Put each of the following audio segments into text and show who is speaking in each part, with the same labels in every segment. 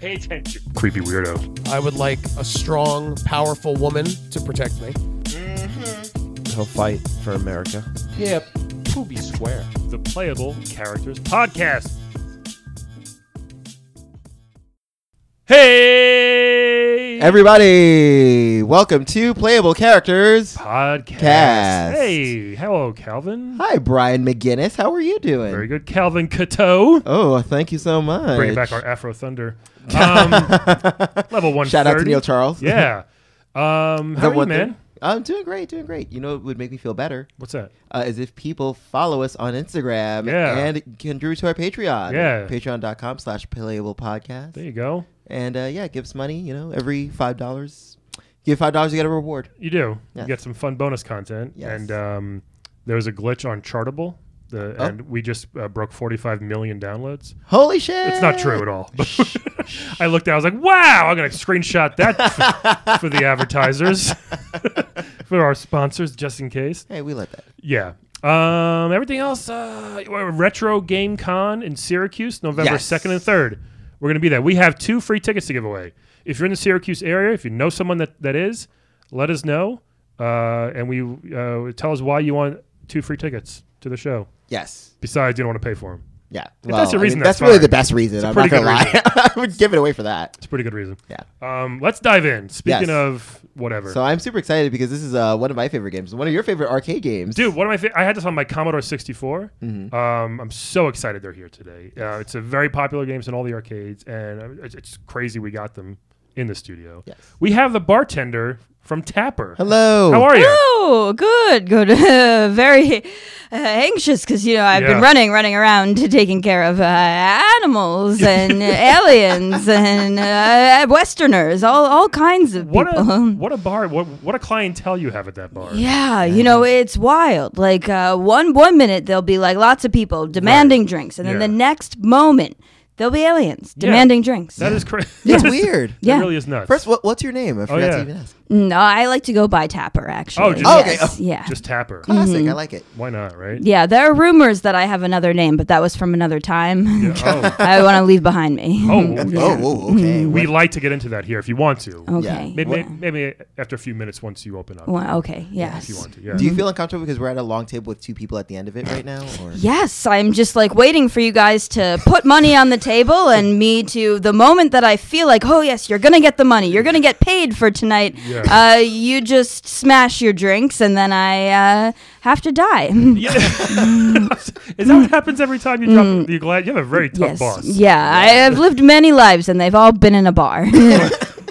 Speaker 1: Pay attention. Creepy weirdo.
Speaker 2: I would like a strong, powerful woman to protect me.
Speaker 3: He'll fight for America.
Speaker 4: Yeah, Poopy Square.
Speaker 1: The Playable Characters Podcast. Hey!
Speaker 3: Everybody, welcome to Playable Characters.
Speaker 1: podcast.
Speaker 3: Cast.
Speaker 1: Hey, hello, Calvin.
Speaker 3: Hi, Brian McGinnis. How are you doing?
Speaker 1: Very good, Calvin Cato.
Speaker 3: Oh, thank you so much.
Speaker 1: Bringing back our Afro Thunder. Um, level one.
Speaker 3: shout out to Neil Charles.
Speaker 1: Yeah. Um, how
Speaker 3: The
Speaker 1: are you,
Speaker 3: one
Speaker 1: man?
Speaker 3: thing- I'm doing great, doing great. You know, what would make me feel better
Speaker 1: What's that?
Speaker 3: uh, is if people follow us on Instagram
Speaker 1: Yeah.
Speaker 3: and contribute to our Patreon.
Speaker 1: Yeah.
Speaker 3: Patreon.com slash Playable Podcast.
Speaker 1: There you go.
Speaker 3: and uh, yeah, give us money. You know, every five dollars, give five dollars, you get a reward.
Speaker 1: You do. You
Speaker 3: Yes.
Speaker 1: get some fun bonus content.
Speaker 3: Yes.
Speaker 1: And um, there was a glitch on Chartable, the,
Speaker 3: Oh.
Speaker 1: and we just uh, broke 45 million downloads.
Speaker 3: Holy shit!
Speaker 1: It's not true at all. I looked at it, I was like, wow, I'm going to screenshot that for, for the advertisers, for our sponsors, just in case.
Speaker 3: Hey, we let that.
Speaker 1: Yeah. Um, everything else, uh, Retro Game Con in Syracuse, November
Speaker 3: Yes.
Speaker 1: 2nd and 3rd. We're going to be there. We have two free tickets to give away. If you're in the Syracuse area, if you know someone that, that is, let us know. Uh, and we uh, tell us why you want two free tickets to the show.
Speaker 3: Yes.
Speaker 1: Besides, you don't want to pay for them.
Speaker 3: Yeah.
Speaker 1: that's the
Speaker 3: I mean,
Speaker 1: reason,
Speaker 3: that's
Speaker 1: that's
Speaker 3: really
Speaker 1: fine.
Speaker 3: the best reason. I'm not
Speaker 1: pretty
Speaker 3: gonna
Speaker 1: good
Speaker 3: lie. I would give it away for that.
Speaker 1: It's a pretty good reason.
Speaker 3: Yeah.
Speaker 1: Um, let's dive in. Speaking
Speaker 3: Yes.
Speaker 1: of whatever.
Speaker 3: So I'm super excited because this is uh, one of my favorite games, one of your favorite arcade games,
Speaker 1: Dude, one of my fa- I had this on my Commodore 64.
Speaker 3: Mm-hmm.
Speaker 1: Um, I'm so excited they're here today. Uh, it's a very popular games in all the arcades, and uh, it's, it's crazy we got them in the studio.
Speaker 3: Yes.
Speaker 1: We have the bartender from Tapper.
Speaker 3: Hello.
Speaker 1: How are you?
Speaker 5: Oh, good, good. Very uh, anxious because you know I've
Speaker 1: Yeah.
Speaker 5: been running, running around taking care of uh, animals and uh, aliens and uh, Westerners, all all kinds of
Speaker 1: What
Speaker 5: people. Um,
Speaker 1: a what a bar! What what a clientele you have at that bar.
Speaker 5: Yeah, you know it's wild. Like uh, one one minute there'll be like lots of people demanding drinks, and then
Speaker 1: Yeah.
Speaker 5: the next moment there'll be aliens
Speaker 1: Yeah.
Speaker 5: demanding drinks.
Speaker 1: That is crazy.
Speaker 3: That's weird.
Speaker 1: It
Speaker 5: Yeah.
Speaker 1: really is nuts.
Speaker 3: First, what, what's your name? I forgot
Speaker 1: Oh, yeah.
Speaker 3: to even ask.
Speaker 5: Mm, no, I like to go by Tapper actually.
Speaker 1: Oh, just-
Speaker 3: Oh, okay.
Speaker 5: Yes,
Speaker 3: Oh,
Speaker 5: yeah.
Speaker 1: just Tapper.
Speaker 3: Classic. I like it.
Speaker 1: Why not? Right?
Speaker 5: yeah, there are rumors that I have another name, but that was from another time.
Speaker 1: Yeah. Oh.
Speaker 5: I want to leave behind me.
Speaker 1: Oh, yeah. Mm-hmm.
Speaker 3: Oh, whoa, okay.
Speaker 1: we like to get into that here if you want to.
Speaker 5: okay.
Speaker 1: Maybe, maybe after a few minutes once you open up.
Speaker 5: Well, okay.
Speaker 1: If you
Speaker 5: Yes.
Speaker 1: want to, yeah. Mm-hmm.
Speaker 3: Do you feel uncomfortable because we're at a long table with two people at the end of it right now? Or?
Speaker 5: Yes, I'm just like waiting for you guys to put money on the table and me to the moment that I feel like, oh yes, you're gonna get the money, you're gonna get paid for tonight.
Speaker 1: Yeah.
Speaker 5: Uh, you just smash your drinks and then I uh, have to die.
Speaker 1: Yeah. is that what happens every time you drop? You're glad you have a very tough
Speaker 5: Mm. yes.
Speaker 1: boss.
Speaker 5: Yeah, I have lived many lives and they've all been in a bar.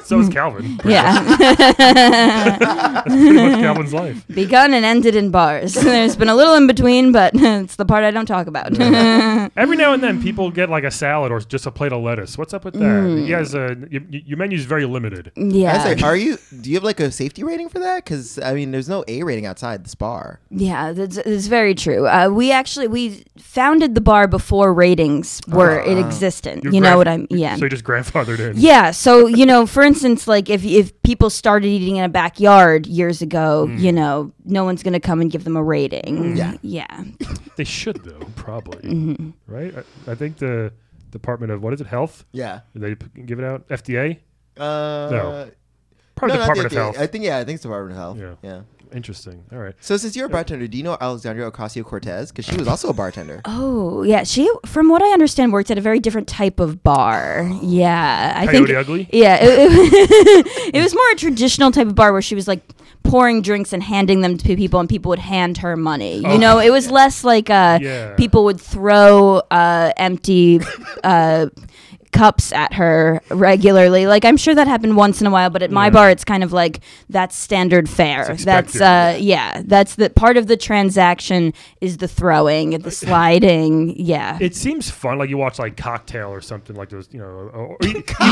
Speaker 1: So is Calvin.
Speaker 5: yeah,
Speaker 1: That's pretty much Calvin's life.
Speaker 5: begun and ended in bars. There's been a little in between, but it's the part I don't talk about.
Speaker 1: Every now and then, people get like a salad or just a plate of lettuce. What's up with that?
Speaker 5: Mm.
Speaker 1: You guys, uh, y- y- your menu's very limited.
Speaker 3: I
Speaker 5: yeah.
Speaker 3: was like, are you? Do you have like a safety rating for that? Because I mean, there's no A rating outside this bar.
Speaker 5: Yeah, that's, that's very true. Uh, we actually we founded the bar before ratings were in existence.
Speaker 1: Your
Speaker 5: You know
Speaker 1: grand-
Speaker 5: what I'm? Yeah.
Speaker 1: So you're just grandfathered in.
Speaker 5: yeah, so you know, for instance, like if if people started eating in a backyard years ago, you know, no one's gonna come and give them a rating.
Speaker 3: Yeah.
Speaker 5: yeah,
Speaker 1: They should though, probably.
Speaker 5: Mm-hmm.
Speaker 1: Right? I, I think the Department of what is it? Health?
Speaker 3: Yeah.
Speaker 1: Did they p- give it out? FDA?
Speaker 3: Uh,
Speaker 1: No. Probably
Speaker 3: no, not the
Speaker 1: Department of
Speaker 3: FDA.
Speaker 1: Health.
Speaker 3: I think yeah, I think it's Department of Health.
Speaker 1: Yeah.
Speaker 3: Yeah.
Speaker 1: Interesting. All right.
Speaker 3: So since you're a bartender, do you know Alexandria Ocasio Cortez? Because she was also a bartender.
Speaker 5: Oh, yeah. She, from what I understand, worked at a very different type of bar. Yeah, I
Speaker 1: Coyote
Speaker 5: think.
Speaker 1: Ugly?
Speaker 5: Yeah, it, it- it was more a traditional type of bar where she was like pouring drinks and handing them to people, and people would hand her money. You know, it was less like uh,
Speaker 1: Oh, Yeah.
Speaker 5: people would throw uh, empty. uh, cups at her regularly like i'm sure that happened once in a while but at my bar it's kind of like that's standard fare
Speaker 1: It's
Speaker 5: that's
Speaker 1: expected.
Speaker 5: uh yeah that's the part of the transaction is the throwing the sliding yeah
Speaker 1: It seems fun, like you watch like Cocktail or something like those, you know. Or, or,
Speaker 5: Ah,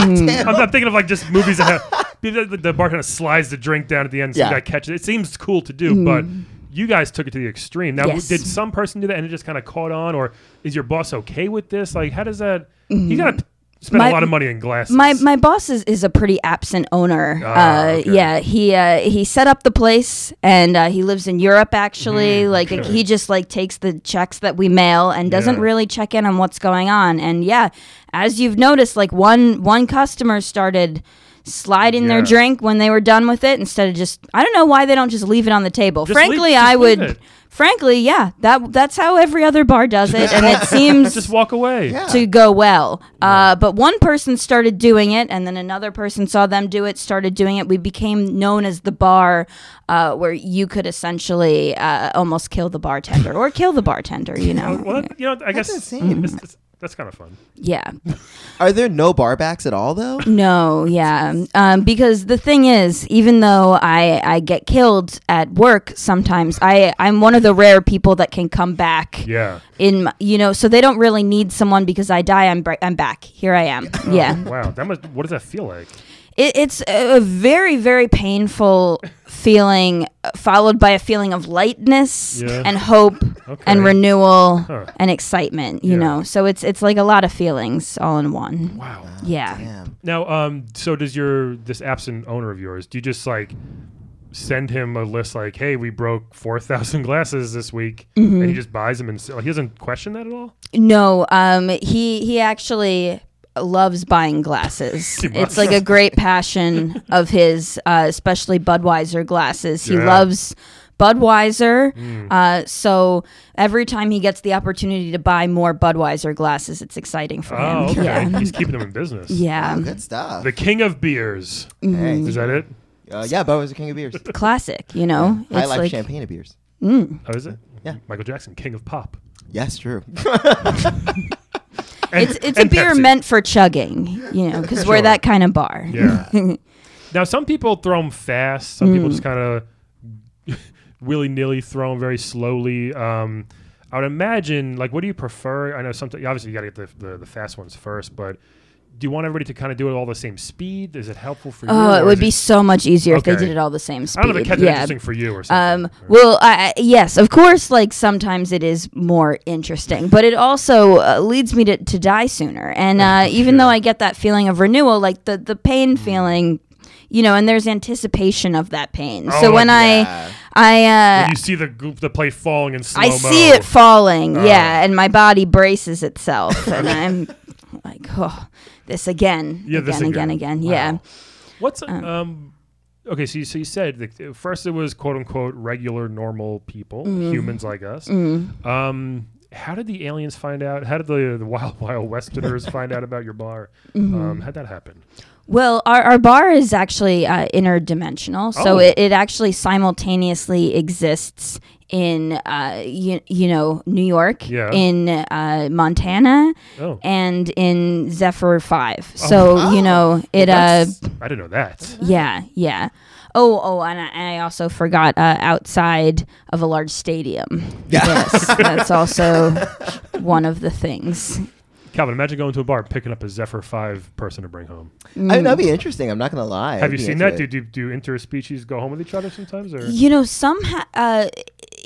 Speaker 3: Cocktail.
Speaker 1: I'm, I'm thinking of like just movies that have the, the- the bartender slides the drink down at the end, so
Speaker 3: Yeah.
Speaker 1: you guy catches it. It seems cool to do, but you guys took it to the extreme. Now,
Speaker 5: Mm. Yes.
Speaker 1: did some person do that and it just kind of caught on, or is your boss okay with this? Like, how does that? You gotta Spent
Speaker 5: Mm. My-
Speaker 1: a lot of money on glasses.
Speaker 5: My my boss is, is a pretty absent owner.
Speaker 1: Ah,
Speaker 5: uh,
Speaker 1: okay.
Speaker 5: Yeah, he uh, he set up the place, and uh, he lives in Europe. Actually,
Speaker 1: Mm,
Speaker 5: like he just like takes the checks that we mail and doesn't
Speaker 1: Yeah.
Speaker 5: really check in on what's going on. And yeah, as you've noticed, like one one customer started sliding their
Speaker 1: Yeah.
Speaker 5: drink when they were done with it instead of just I don't know why they don't just leave it on the table.
Speaker 1: Just leave-
Speaker 5: frankly,
Speaker 1: just
Speaker 5: I
Speaker 1: leave
Speaker 5: would.
Speaker 1: it.
Speaker 5: Frankly, yeah, that that's how every other bar does it, and it seems
Speaker 1: just walk away.
Speaker 3: Yeah.
Speaker 5: to go well. Uh, but one person started doing it, and then another person saw them do it, started doing it. We became known as the bar uh, where you could essentially uh, almost kill the bartender or kill the bartender, you
Speaker 1: Well,
Speaker 5: know?
Speaker 1: that, you know, I guess
Speaker 3: insane.
Speaker 1: it's- it's- that's kind of fun.
Speaker 5: yeah.
Speaker 3: Are there no bar backs at all though?
Speaker 5: Mm. No, yeah. Um, because the thing is, even though I, I get killed at work sometimes, I, I'm one of the rare people that can come back.
Speaker 1: Yeah.
Speaker 5: In my, you know, so they don't really need someone because I die. I'm br- I'm back. Here I am. Yeah.
Speaker 1: Wow. That must, what does that feel like?
Speaker 5: it, it's a a very very painful feeling uh, followed by a feeling of lightness
Speaker 1: Yeah.
Speaker 5: and hope
Speaker 1: Okay.
Speaker 5: and renewal
Speaker 1: Huh.
Speaker 5: and excitement you
Speaker 1: Yeah.
Speaker 5: know so it's it's like a lot of feelings all in one
Speaker 1: Wow.
Speaker 5: yeah
Speaker 3: Damn.
Speaker 1: Now, um, so does your this absent owner of yours? Do you just like send him a list like, "Hey, we broke four thousand glasses this week,"
Speaker 5: Mm-hmm.
Speaker 1: and he just buys them and s- like, he doesn't question that at all?
Speaker 5: no um he he actually loves buying glasses
Speaker 1: He
Speaker 5: it's
Speaker 1: must.
Speaker 5: like a great passion of his uh, especially budweiser glasses he
Speaker 1: Yeah. Mm.
Speaker 5: loves budweiser uh, so every time he gets the opportunity to buy more budweiser glasses it's exciting for him
Speaker 1: Oh, okay.
Speaker 5: yeah
Speaker 1: He's keeping them in business.
Speaker 5: Yeah,
Speaker 3: Good stuff.
Speaker 1: The king of beers.
Speaker 5: Mm.
Speaker 3: Hey.
Speaker 1: Is that it?
Speaker 3: Uh, yeah, Bubba's a king of beers.
Speaker 5: classic. You know,
Speaker 3: High
Speaker 5: it's
Speaker 3: life
Speaker 5: like
Speaker 3: champagne of beers.
Speaker 1: Oh, is it?
Speaker 3: Yeah.
Speaker 1: Michael Jackson, king of pop.
Speaker 3: Yes, true.
Speaker 1: And-
Speaker 5: it's it's a
Speaker 1: and
Speaker 5: beer
Speaker 1: Pepsi.
Speaker 5: meant for chugging. You know, because we're
Speaker 1: Sure.
Speaker 5: that kind of bar.
Speaker 1: Yeah. now, some people throw them fast. Some
Speaker 5: Hmm.
Speaker 1: people just kind of willy nilly throw them very slowly. Um, I would imagine, like, what do you prefer? I know sometimes, obviously, you got to get the, the, the fast ones first, but do you want everybody to kind of do it all the same speed? Is it helpful for you?
Speaker 5: Oh,
Speaker 1: or
Speaker 5: it
Speaker 1: is
Speaker 5: would be so much easier if
Speaker 1: Okay.
Speaker 5: they did it all the same speed.
Speaker 1: I don't know if it kept it
Speaker 5: yeah.
Speaker 1: interesting for you or something.
Speaker 5: Um, well, I, I- yes, of course. Like sometimes it is more interesting, but it also uh, leads me to, to die sooner. And uh, even though I get that feeling of renewal, like the the pain
Speaker 1: Mm-hmm.
Speaker 5: feeling, you know, and there's anticipation of that pain.
Speaker 1: Oh,
Speaker 5: so when
Speaker 3: yeah.
Speaker 5: I I uh,
Speaker 1: When you see the group, the plate falling in slow
Speaker 5: I see it falling, yeah, and my body braces itself, and I'm like, oh, this again,
Speaker 1: Yeah,
Speaker 5: again,
Speaker 1: this
Speaker 5: again,
Speaker 1: again.
Speaker 5: again,
Speaker 1: Wow.
Speaker 5: yeah.
Speaker 1: What's um, okay? So you, so you said that uh, first it was quote unquote regular normal people,
Speaker 5: Mm-hmm.
Speaker 1: humans like us. Um, how did the aliens find out? How did the, the wild wild westerners find out about your bar?
Speaker 5: Mm-hmm.
Speaker 1: Um, how'd that happen?
Speaker 5: Well, our, our bar is actually uh, interdimensional,
Speaker 1: Oh.
Speaker 5: so it, it actually simultaneously exists in, uh, you, you know, New York,
Speaker 1: Yeah.
Speaker 5: in uh, Montana,
Speaker 1: Oh,
Speaker 5: and in Zephyr Five. So you know, it uh,
Speaker 3: That's-
Speaker 1: I didn't know that.
Speaker 5: Yeah, yeah. Oh, oh, and I, and I also forgot uh, outside of a large stadium. Yes, that's also one of the things.
Speaker 1: Calvin, imagine going to a bar and picking up a Zephyr Five person to bring home.
Speaker 3: I mean,
Speaker 5: Mm.
Speaker 3: that'd be interesting. I'm not gonna lie.
Speaker 1: Have
Speaker 3: I'd
Speaker 1: you
Speaker 3: be
Speaker 1: seen
Speaker 3: into
Speaker 1: that?
Speaker 3: it.
Speaker 1: Do, do do interspecies go home with each other sometimes? Or
Speaker 5: You know, some ha- uh,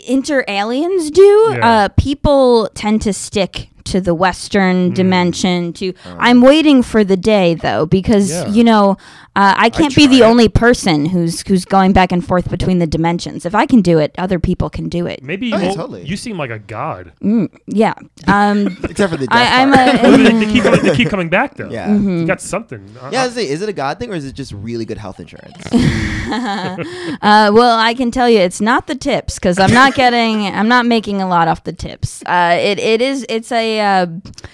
Speaker 5: inter aliens do.
Speaker 1: Yeah.
Speaker 5: Uh, people tend to stick to the
Speaker 1: Hmm.
Speaker 5: Western dimension. To I'm waiting for the day though, because
Speaker 1: Oh. Yeah.
Speaker 5: you know uh, I can't be the
Speaker 1: try it.
Speaker 5: only person who's who's going back and forth between the dimensions. If I can do it, other people can do it.
Speaker 1: maybe you,
Speaker 3: Oh, yeah,
Speaker 1: won't-
Speaker 3: totally.
Speaker 1: you seem like a god.
Speaker 5: Yeah. Um,
Speaker 3: Except for the death
Speaker 5: I, I'm
Speaker 3: part.
Speaker 5: a.
Speaker 1: Well, they, they keep coming, they keep coming back though.
Speaker 3: Yeah.
Speaker 5: Mm-hmm.
Speaker 1: you got something. I-
Speaker 3: Yeah, I
Speaker 1: I-
Speaker 3: was gonna say, is it a God thing or is it just really good health insurance?
Speaker 5: Uh, well, I can tell you, it's not the tips because I'm not getting, I'm not making a lot off the tips. Uh, it, it is, it's a, uh,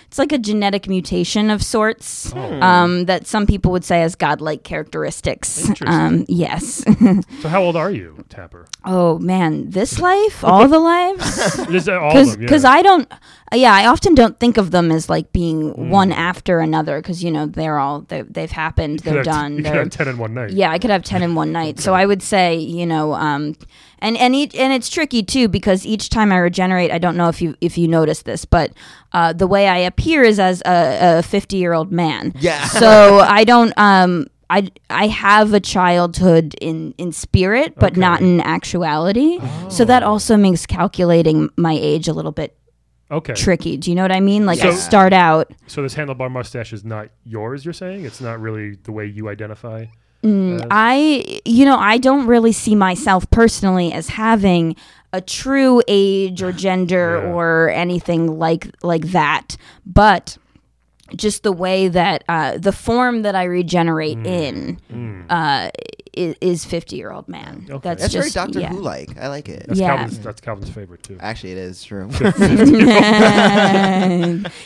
Speaker 5: it's like a genetic mutation of sorts
Speaker 1: Hmm.
Speaker 5: um, that some people would say has godlike characteristics.
Speaker 1: Interesting.
Speaker 5: Um, yes.
Speaker 1: so how old are you, Tapper?
Speaker 5: oh man, this life, all the lives,
Speaker 1: Just, uh, all of
Speaker 5: because
Speaker 1: them, yeah.
Speaker 5: I don't, yeah, I often don't think of them as like being
Speaker 1: Hmm.
Speaker 5: one after another because you know they're all they, they've happened,
Speaker 1: You
Speaker 5: they're
Speaker 1: could have-
Speaker 5: done,
Speaker 1: You could
Speaker 5: they're
Speaker 1: have ten in one night.
Speaker 5: Yeah, I could have ten in one night. So I would say, you know, um, and and each, and it's tricky too because each time I regenerate, I don't know if you if you notice this, but uh, the way I appear is as a fifty year old man.
Speaker 3: Yeah.
Speaker 5: So I don't. Um, I I have a childhood in in spirit, but not in actuality. So that also makes calculating my age a little bit
Speaker 1: Okay.
Speaker 5: tricky. Do you know what I mean? Like I
Speaker 1: So-
Speaker 5: start out.
Speaker 1: so this handlebar mustache is not yours. You're saying it's not really the way you identify.
Speaker 5: Mm, I, you know, I don't really see myself personally as having a true age or gender
Speaker 1: Yeah.
Speaker 5: or anything like like that, but just the way that uh, the form that I regenerate
Speaker 1: Mm.
Speaker 5: in Uh, is, is fifty year old man.
Speaker 1: Okay.
Speaker 5: That's,
Speaker 3: That's very
Speaker 5: just
Speaker 3: Doctor
Speaker 5: yeah.
Speaker 3: Who like. I like it.
Speaker 1: That's
Speaker 5: Yeah.
Speaker 1: Calvin's, that's Calvin's favorite too.
Speaker 3: Actually, it is true.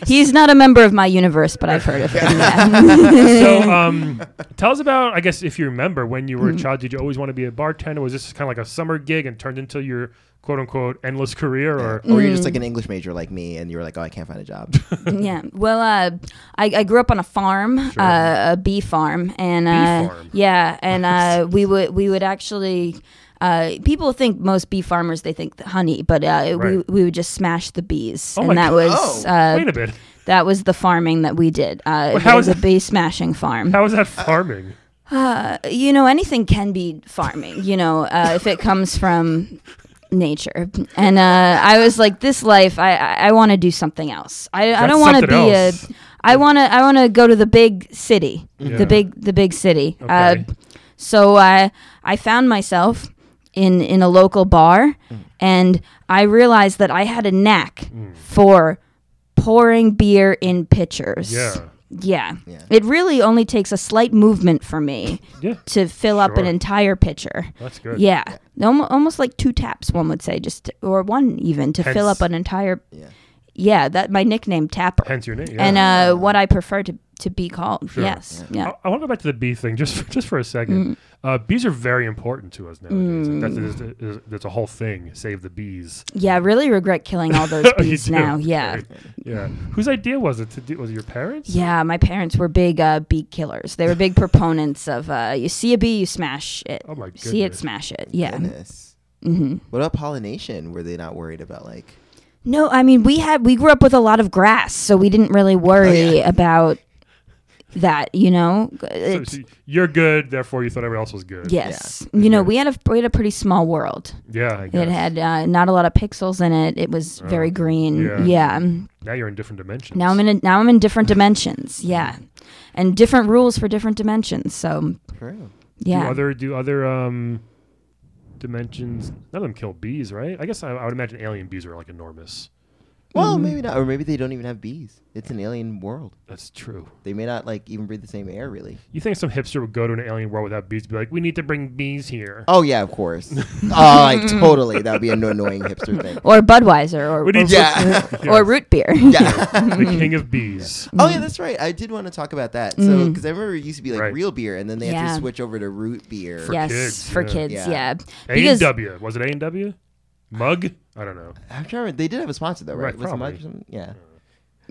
Speaker 5: He's not a member of my universe, but I've heard of him. yeah.
Speaker 1: so um, tell us about I guess if you remember when you
Speaker 5: Mm-hmm.
Speaker 1: were a child, did you always want to be a bartender? Was this kind of like a summer gig and turned into your quote unquote endless career? Or
Speaker 5: Mm-hmm.
Speaker 3: or
Speaker 5: Mm.
Speaker 3: you're just like an English major like me, and you were like, oh, I can't find a job.
Speaker 5: yeah. Well, uh, I, I grew up on a farm, uh, a bee farm, and uh,
Speaker 1: farm.
Speaker 5: yeah, and uh, we would we would actually. Uh, people think most bee farmers they think honey, but uh, we,
Speaker 1: Right.
Speaker 5: we would just smash the bees,
Speaker 1: Oh my
Speaker 5: and that
Speaker 1: God.
Speaker 5: was
Speaker 3: Oh.
Speaker 5: uh,
Speaker 1: wait a bit,
Speaker 5: that was the farming that we did. Uh,
Speaker 1: how
Speaker 5: it was
Speaker 1: is
Speaker 5: a bee smashing farm.
Speaker 1: how is that farming?
Speaker 5: you know anything can be farming you know uh, if it comes from nature and uh, i was like this life i i, I want to do something else i, I
Speaker 1: That's
Speaker 5: don't want to
Speaker 1: something
Speaker 5: be
Speaker 1: else.
Speaker 5: a i want to i want to go to the big city
Speaker 1: Yeah.
Speaker 5: the big the big city
Speaker 1: Okay.
Speaker 5: uh, so i i found myself in in a local bar and i realized that i had a knack
Speaker 1: Mm.
Speaker 5: for pouring beer in pitchers
Speaker 1: yeah,
Speaker 5: yeah. It really only takes a slight movement for me
Speaker 1: Yeah.
Speaker 5: to fill up an
Speaker 1: Sure.
Speaker 5: entire pitcher.
Speaker 1: that's good.
Speaker 5: Yeah. Almo- almost like two taps, one would say, just or one even to fill
Speaker 1: Hence-
Speaker 5: up an entire.
Speaker 3: Yeah.
Speaker 5: Yeah, that my nickname Tapper,
Speaker 1: Hence your name. Yeah.
Speaker 5: and uh, what I prefer to, to be called.
Speaker 1: Sure. Oh.
Speaker 5: Yes. Yeah. Mm.
Speaker 1: I, want to go back to the bee thing just for, just for a second. Uh, bees are very important to us nowadays. That's, that's, that's a whole thing. Save the bees.
Speaker 5: Yeah. I Really regret killing all those
Speaker 1: You
Speaker 5: bees
Speaker 1: do,
Speaker 5: now. Yeah.
Speaker 1: right. Yeah. Whose idea was it to do? Was it your parents?
Speaker 5: Yeah, my parents were big uh, bee killers. They were big proponents of uh, you see a bee, you smash it.
Speaker 1: Oh my
Speaker 5: You See it,
Speaker 1: goodness.
Speaker 5: smash it. Yeah. Mm-hmm.
Speaker 3: Goodness. What about pollination? Were they not worried about like?
Speaker 5: No, I mean we had we grew up with a lot of grass, so we didn't really worry about that. You know,
Speaker 1: So,
Speaker 5: It's-
Speaker 1: so you're good, therefore you thought everyone else was good.
Speaker 5: yes, you know we had a we had a pretty small world.
Speaker 1: Yeah. I guess.
Speaker 5: It had uh, not a lot of pixels in it. It was very green.
Speaker 1: Oh, yeah.
Speaker 5: Yeah.
Speaker 1: now you're in different dimensions.
Speaker 5: Now I'm in a, now I'm in different dimensions. Yeah, and different rules for different dimensions. So
Speaker 3: True.
Speaker 5: yeah.
Speaker 1: Do other do other um dimensions? None of them kill bees, right? I guess I, I would imagine alien bees are like enormous.
Speaker 3: Well,
Speaker 5: Mm-hmm.
Speaker 3: maybe not, or maybe they don't even have bees. It's an alien world.
Speaker 1: That's true.
Speaker 3: They may not like even breathe the same air, really.
Speaker 1: You think some hipster would go to an alien world without bees? and Be like, we need to bring bees here.
Speaker 3: Oh yeah, of course. oh, like totally. That would be an annoying hipster thing.
Speaker 5: or Budweiser, or
Speaker 1: We need-
Speaker 3: Yeah.
Speaker 5: or root beer.
Speaker 3: Yeah.
Speaker 1: the
Speaker 5: Mm-hmm.
Speaker 1: king of bees.
Speaker 3: Oh yeah, that's right. I did want to talk about that. So because I remember it used to be like
Speaker 1: Right.
Speaker 3: real beer, and then they had
Speaker 5: Mm-hmm. Yeah.
Speaker 3: to switch over to root beer.
Speaker 1: For
Speaker 5: yes,
Speaker 1: kids,
Speaker 5: for
Speaker 1: yeah.
Speaker 5: kids.
Speaker 3: Yeah.
Speaker 5: Yeah,
Speaker 1: A and W was it? A and W, mug? I don't know.
Speaker 3: I'm trying to remember. They did have a sponsor though,
Speaker 1: Right,
Speaker 3: right? Was it
Speaker 1: probably.
Speaker 3: Mike or something? Yeah.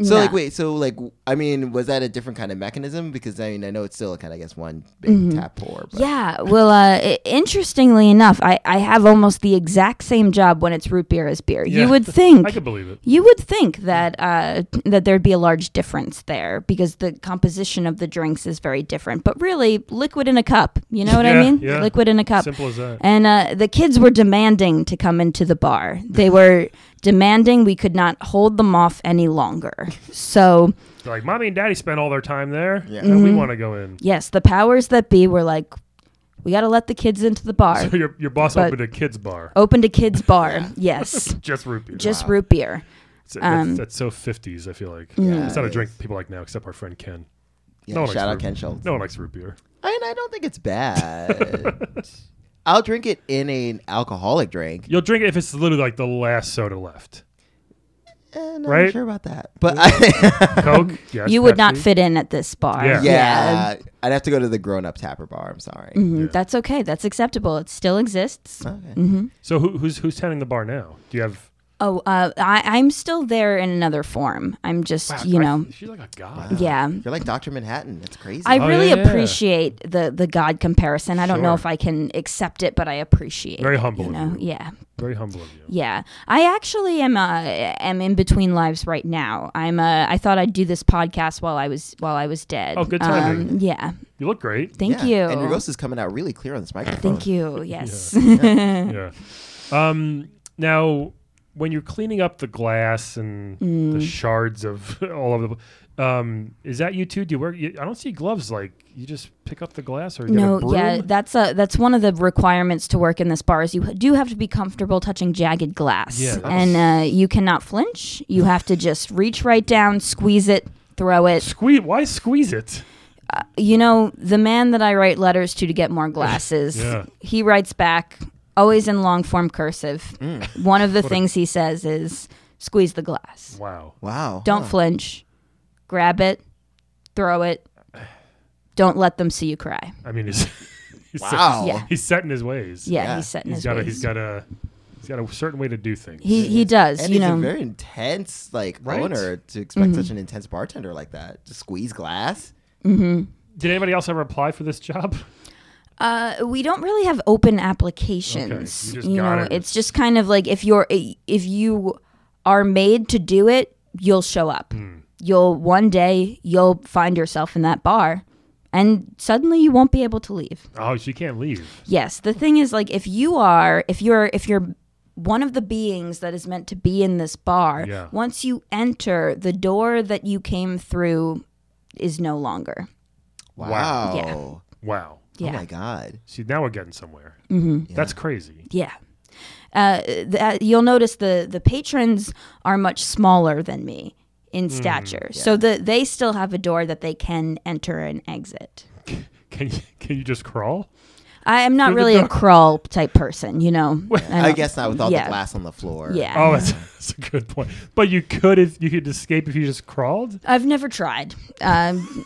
Speaker 3: So
Speaker 5: No.
Speaker 3: like, wait. So like, w- I mean, was that a different kind of mechanism? Because I mean, I know it's still kind of, I guess, one big tap pour. But
Speaker 5: Mm-hmm. Yeah, well, uh, i- interestingly enough, I, I have almost the exact same job when it's root beer as beer.
Speaker 1: Yeah.
Speaker 5: You would think
Speaker 1: I could believe it.
Speaker 5: you would think that uh, that there'd be a large difference there because the composition of the drinks is very different. But really, liquid in a cup. You know what
Speaker 1: Yeah,
Speaker 5: I mean?
Speaker 1: yeah.
Speaker 5: Liquid in a cup.
Speaker 1: Simple as that.
Speaker 5: And uh, the kids were demanding to come into the bar. They were demanding we could not hold them off any longer. So.
Speaker 1: They're like, mommy and daddy spent all their time there.
Speaker 3: Yeah.
Speaker 1: and
Speaker 5: Mm-hmm.
Speaker 1: we want to go in.
Speaker 5: Yes, the powers that be were like, we got to let the kids into the bar.
Speaker 1: So your your boss
Speaker 5: But-
Speaker 1: opened a kids bar.
Speaker 5: Opened a kids' bar. Yes,
Speaker 1: Just root beer.
Speaker 5: just um, root beer.
Speaker 1: It's- that's, that's so 50s, I feel like. it's not a
Speaker 3: it
Speaker 1: drink people like now, except our friend Ken.
Speaker 3: yeah,
Speaker 1: No one
Speaker 3: shout
Speaker 1: likes
Speaker 3: out
Speaker 1: root-
Speaker 3: Ken Schultz.
Speaker 1: No one likes root beer.
Speaker 3: I mean, I don't think it's bad. I'll drink it in an alcoholic drink.
Speaker 1: You'll drink it if it's literally like the last soda left.
Speaker 3: And I'm
Speaker 1: Right?
Speaker 3: not sure about that, but I,
Speaker 1: Coke? yes.
Speaker 5: You would not
Speaker 1: Pepsi?
Speaker 5: fit in at this bar.
Speaker 1: Yeah.
Speaker 3: yeah, I'd have to go to the grown-up tapper bar. I'm sorry.
Speaker 5: Mhm, That's okay. That's acceptable. It still exists.
Speaker 3: Okay.
Speaker 1: So who, who's who's tending the bar now? Do you have.
Speaker 5: Oh, uh, I, I'm still there in another form. I'm just,
Speaker 1: Wow,
Speaker 5: you
Speaker 1: I-
Speaker 5: know,
Speaker 1: she's like a god.
Speaker 5: yeah.
Speaker 3: You're like Doctor Manhattan. It's crazy.
Speaker 5: I
Speaker 1: Oh,
Speaker 5: really
Speaker 1: yeah, yeah.
Speaker 5: appreciate the the God comparison. I don't know
Speaker 1: Sure.
Speaker 5: if I can accept it, but I appreciate.
Speaker 1: Very
Speaker 5: it,
Speaker 1: humble
Speaker 5: You
Speaker 1: of
Speaker 5: know?
Speaker 1: you.
Speaker 5: Yeah.
Speaker 1: Very humble of you.
Speaker 5: Yeah, I actually am. Uh, am in between lives right now. I'm. Uh, I thought I'd do this podcast while I was while I was dead. Um,
Speaker 1: Oh, good timing.
Speaker 5: yeah.
Speaker 1: You look great.
Speaker 5: Thank
Speaker 3: Yeah,
Speaker 5: you.
Speaker 3: And your ghost is coming out really clear on this microphone.
Speaker 5: Mm. Thank you. Yes.
Speaker 1: yeah. Um, now, when you're cleaning up the glass and
Speaker 5: Mm.
Speaker 1: the shards of all over the, um, is that you too? Do you wear? You, I don't see gloves. Like you just pick up the glass or you got a
Speaker 5: No,
Speaker 1: broom?
Speaker 5: yeah, that's a that's one of the requirements to work in this bar is you do have to be comfortable touching jagged glass,
Speaker 1: Yeah, that's-
Speaker 5: and uh, you cannot flinch. You have to just reach right down, squeeze it, throw it.
Speaker 1: Squeeze. Why squeeze it?
Speaker 5: You know, the man that I write letters to to get more glasses,
Speaker 1: Yeah.
Speaker 5: he writes back always in long form cursive.
Speaker 1: Mm.
Speaker 5: One of the things he says is squeeze the glass.
Speaker 1: Wow.
Speaker 3: Wow.
Speaker 5: Don't
Speaker 3: huh.
Speaker 5: flinch. Grab it. Throw it. Don't let them see you cry.
Speaker 1: I mean, he's he's, set-
Speaker 3: Wow.
Speaker 5: Yeah.
Speaker 1: he's set in his ways.
Speaker 5: Yeah,
Speaker 3: Yeah.
Speaker 5: he's set in
Speaker 1: He's
Speaker 5: his
Speaker 1: got a
Speaker 5: ways.
Speaker 1: he's got a he's got a certain way to do things.
Speaker 5: he he does.
Speaker 3: And he's
Speaker 5: you know, Mm-hmm.
Speaker 3: a very intense like
Speaker 1: Right?
Speaker 3: owner to expect such an intense bartender like that to squeeze glass.
Speaker 1: Did anybody else ever apply for this job?
Speaker 5: uh, we don't really have open applications.
Speaker 1: Okay, you just
Speaker 5: you
Speaker 1: got
Speaker 5: know,
Speaker 1: it.
Speaker 5: it's just kind of like if you're if you are made to do it, you'll show up.
Speaker 1: Hmm.
Speaker 5: You'll one day you'll find yourself in that bar, and suddenly you won't be able to leave.
Speaker 1: Oh, she can't leave.
Speaker 5: Yes, the thing is like if you are if you're if you're one of the beings that is meant to be in this bar,
Speaker 1: Yeah.
Speaker 5: once you enter, the door that you came through is no longer.
Speaker 3: Wow.
Speaker 5: Yeah.
Speaker 1: Wow.
Speaker 5: Yeah.
Speaker 3: Oh my god.
Speaker 1: See, now we're getting somewhere.
Speaker 5: Mm-hmm.
Speaker 1: That's crazy.
Speaker 5: Yeah. Uh, that, you'll notice the, the patrons are much smaller than me
Speaker 1: Mm-hmm.
Speaker 5: in stature. So the, they still have a door that they can enter and exit.
Speaker 1: Can you can you just crawl?
Speaker 5: I am
Speaker 1: Through
Speaker 5: not
Speaker 1: the
Speaker 5: really a
Speaker 1: door.
Speaker 5: crawl type person, you know. I
Speaker 3: I
Speaker 5: don't-
Speaker 3: guess not with all
Speaker 5: yeah.
Speaker 3: the glass on the floor.
Speaker 5: Yeah.
Speaker 1: Oh, that's, that's a good point. But you could if you could escape if you just crawled.
Speaker 5: I've never tried. Um,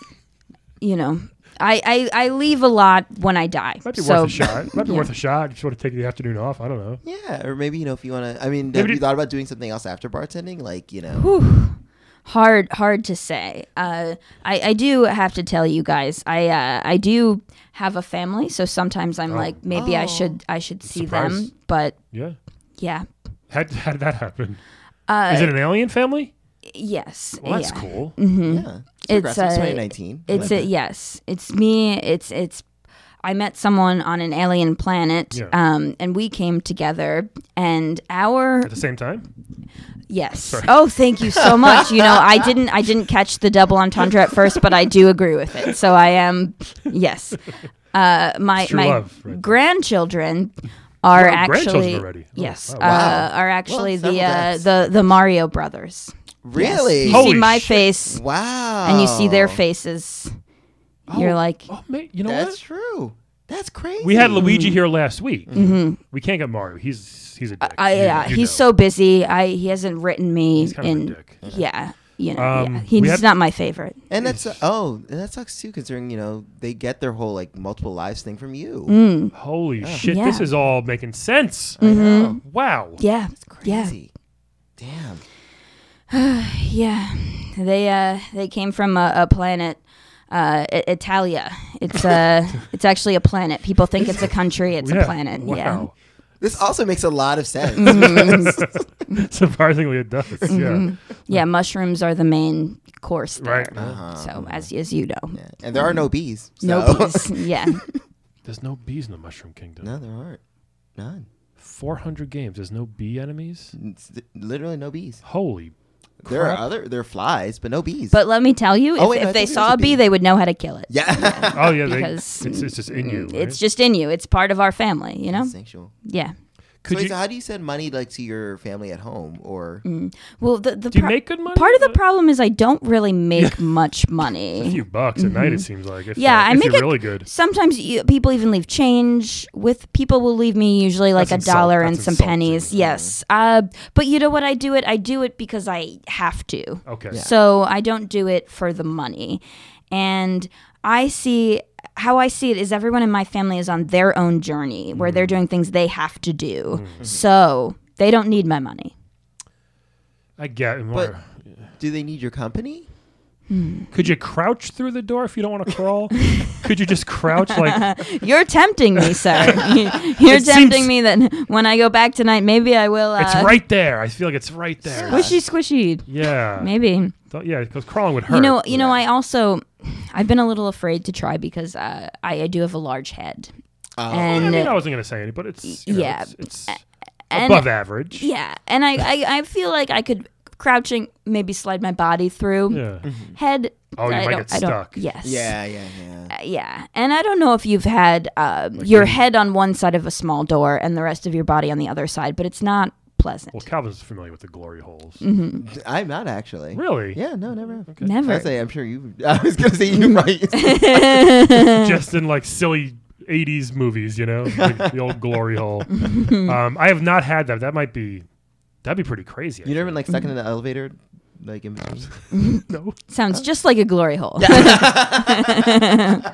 Speaker 5: you know, I, I, I leave a lot when I die.
Speaker 1: Might be
Speaker 5: so
Speaker 1: worth a shot. Might be
Speaker 5: yeah.
Speaker 1: worth a shot. You just want to take the afternoon off. I don't know.
Speaker 3: Yeah, or maybe you know if you want to. I mean, have
Speaker 1: Maybe
Speaker 3: you
Speaker 1: do-
Speaker 3: thought about doing something else after bartending? Like you know,
Speaker 5: hard hard to say. Uh, I I do have to tell you guys. I uh, I do have a family, so sometimes I'm like maybe I should I should see
Speaker 1: Oh. Surprise.
Speaker 5: them, but
Speaker 1: Yeah.
Speaker 5: yeah.
Speaker 1: How, how did that happen? Is it an alien family?
Speaker 5: Yes.
Speaker 1: Well, that's
Speaker 5: Uh, yeah.
Speaker 1: cool.
Speaker 3: yeah, it's,
Speaker 5: uh,
Speaker 3: progressive. 2019. I
Speaker 5: It's
Speaker 3: like
Speaker 5: a, yes. It's me. It's it's. I met someone on an alien planet,
Speaker 1: Yeah.
Speaker 5: um, and we came together. And our
Speaker 1: At the same time,
Speaker 5: Yes. Oh, thank you so much. You know, I didn't I didn't catch the double entendre at first, but I do agree with it. So I am yes. Uh, my
Speaker 1: It's true
Speaker 5: my
Speaker 1: love, right?
Speaker 5: grandchildren
Speaker 1: Wow,
Speaker 5: are actually
Speaker 1: grandchildren already. Oh,
Speaker 5: yes
Speaker 1: wow.
Speaker 5: uh, are actually
Speaker 3: several
Speaker 5: the uh,
Speaker 3: decks.
Speaker 5: the the Mario brothers.
Speaker 3: really?
Speaker 5: You
Speaker 1: Holy
Speaker 5: see my
Speaker 1: shit.
Speaker 5: face
Speaker 3: wow.
Speaker 5: and you see their faces. You're like
Speaker 1: oh man, you know
Speaker 3: That's
Speaker 1: what?
Speaker 3: true. That's crazy.
Speaker 1: We had Luigi here last week. We can't get Mario. He's he's a dick.
Speaker 5: Mm-hmm. Uh, I,
Speaker 1: You-
Speaker 5: yeah,
Speaker 1: you
Speaker 5: he's
Speaker 1: know.
Speaker 5: so busy. I he hasn't written me
Speaker 1: He's kind of a
Speaker 5: in
Speaker 1: dick.
Speaker 5: yeah, you know,
Speaker 1: Um,
Speaker 5: yeah.
Speaker 1: we
Speaker 5: he's
Speaker 1: had-
Speaker 5: not my favorite.
Speaker 3: And that's oh, and that sucks too, considering you know they get their whole like multiple lives thing from you.
Speaker 5: Mm,
Speaker 1: Holy shit!
Speaker 5: Yeah. Mm-hmm.
Speaker 1: This is all making sense. Wow.
Speaker 5: Yeah. Yeah.
Speaker 3: Crazy. Damn.
Speaker 5: Yeah, they uh, they came from a, a planet, uh, I- Italia. It's uh, it's actually a planet. People think it's a country. It's a planet. Yeah. Mm-hmm.
Speaker 1: Wow.
Speaker 3: This also makes a lot of sense.
Speaker 1: Surprisingly, it does. Yeah.
Speaker 5: Yeah. Mushrooms are the main course there.
Speaker 1: Right.
Speaker 5: So as as you know,
Speaker 3: and there are no bees.
Speaker 5: no
Speaker 3: Uh-huh. so-
Speaker 5: bees. yeah.
Speaker 1: There's no bees in the Mushroom Kingdom.
Speaker 3: no, there aren't. None.
Speaker 1: 400 games. There's no bee enemies.
Speaker 3: It's th- literally no bees.
Speaker 1: Holy.
Speaker 3: There are
Speaker 1: Crap.
Speaker 3: other there are flies, but no bees.
Speaker 5: But let me tell you, if,
Speaker 3: Oh, wait, no,
Speaker 5: if
Speaker 3: I
Speaker 5: they
Speaker 3: think it
Speaker 5: saw
Speaker 3: is
Speaker 5: a
Speaker 3: a
Speaker 5: bee,
Speaker 3: bee.
Speaker 5: they would know how to kill it.
Speaker 3: yeah,
Speaker 1: Oh yeah. They,
Speaker 5: Because- mm,
Speaker 1: it's, it's just in you. right?
Speaker 5: It's just in you. It's part of our family. You know.
Speaker 3: instinctual.
Speaker 5: Yeah.
Speaker 1: Could
Speaker 3: so,
Speaker 1: you,
Speaker 3: so how do you send money like to your family at home or
Speaker 5: Well, the the
Speaker 1: do you
Speaker 5: pro-
Speaker 1: make good money? Uh,
Speaker 5: part of the
Speaker 1: with
Speaker 5: problem is I don't really make much
Speaker 1: it? a
Speaker 5: money.
Speaker 1: few bucks at night. It seems like. If,
Speaker 5: Mm-hmm. Yeah,
Speaker 1: uh,
Speaker 5: I
Speaker 1: if
Speaker 5: make
Speaker 1: you're
Speaker 5: a-
Speaker 1: really good.
Speaker 5: Sometimes you, people even leave change with people will leave me usually like
Speaker 1: That's
Speaker 5: a
Speaker 1: insult-
Speaker 5: dollar
Speaker 1: that's
Speaker 5: and some
Speaker 1: insulting.
Speaker 5: pennies. Yes. Uh, but you know what I do it? I do it because I have to.
Speaker 1: Okay.
Speaker 5: So I don't do it for the money. And I see how I see it is everyone in my family is on their own journey where
Speaker 1: Mm.
Speaker 5: they're doing things they have to do.
Speaker 1: Mm-hmm.
Speaker 5: So they don't need my money.
Speaker 1: I get it more.
Speaker 3: But- do they need your company?
Speaker 1: Could you crouch through the door if you don't want to crawl? Could you just crouch like?
Speaker 5: You're tempting me, sir. You're
Speaker 1: It
Speaker 5: tempting
Speaker 1: seems-
Speaker 5: me that when I go back tonight, maybe I will. Uh,
Speaker 1: It's right there. I feel like it's right there.
Speaker 5: Squishy, squishy.
Speaker 1: Yeah.
Speaker 5: Maybe.
Speaker 1: Th- Yeah, because crawling would hurt.
Speaker 5: You know, you know. I also, I've been a little afraid to try because uh, I, I do have a large head,
Speaker 3: Oh.
Speaker 1: I
Speaker 5: and
Speaker 1: mean, I wasn't gonna say any, but it's you know,
Speaker 5: Yeah.
Speaker 1: It's, it's
Speaker 5: and
Speaker 1: above average.
Speaker 5: yeah, and I, I I feel like I could crouching maybe slide my body through
Speaker 1: Yeah.
Speaker 5: head.
Speaker 1: Oh, you
Speaker 5: I
Speaker 1: might
Speaker 5: don't-
Speaker 1: get
Speaker 5: I don't-
Speaker 1: stuck.
Speaker 5: Yes.
Speaker 3: Yeah, yeah, yeah.
Speaker 5: Uh, yeah, and I don't know if you've had uh, your head on one side of a small door and the rest of your body on the other side, but it's not pleasant.
Speaker 1: Well, Calvin's familiar with the glory holes.
Speaker 5: Mm-hmm.
Speaker 3: I'm not actually.
Speaker 1: Really?
Speaker 3: Yeah, no, never. Okay.
Speaker 5: Never.
Speaker 3: I say I'm sure you. I was gonna say you might.
Speaker 1: Just in like silly 80s movies, you know? Like the old glory hole. um, I have not had that. That might be, that'd be pretty crazy.
Speaker 3: you never been like stuck in an elevator, like in between.
Speaker 1: know.
Speaker 5: Sounds just like a glory hole.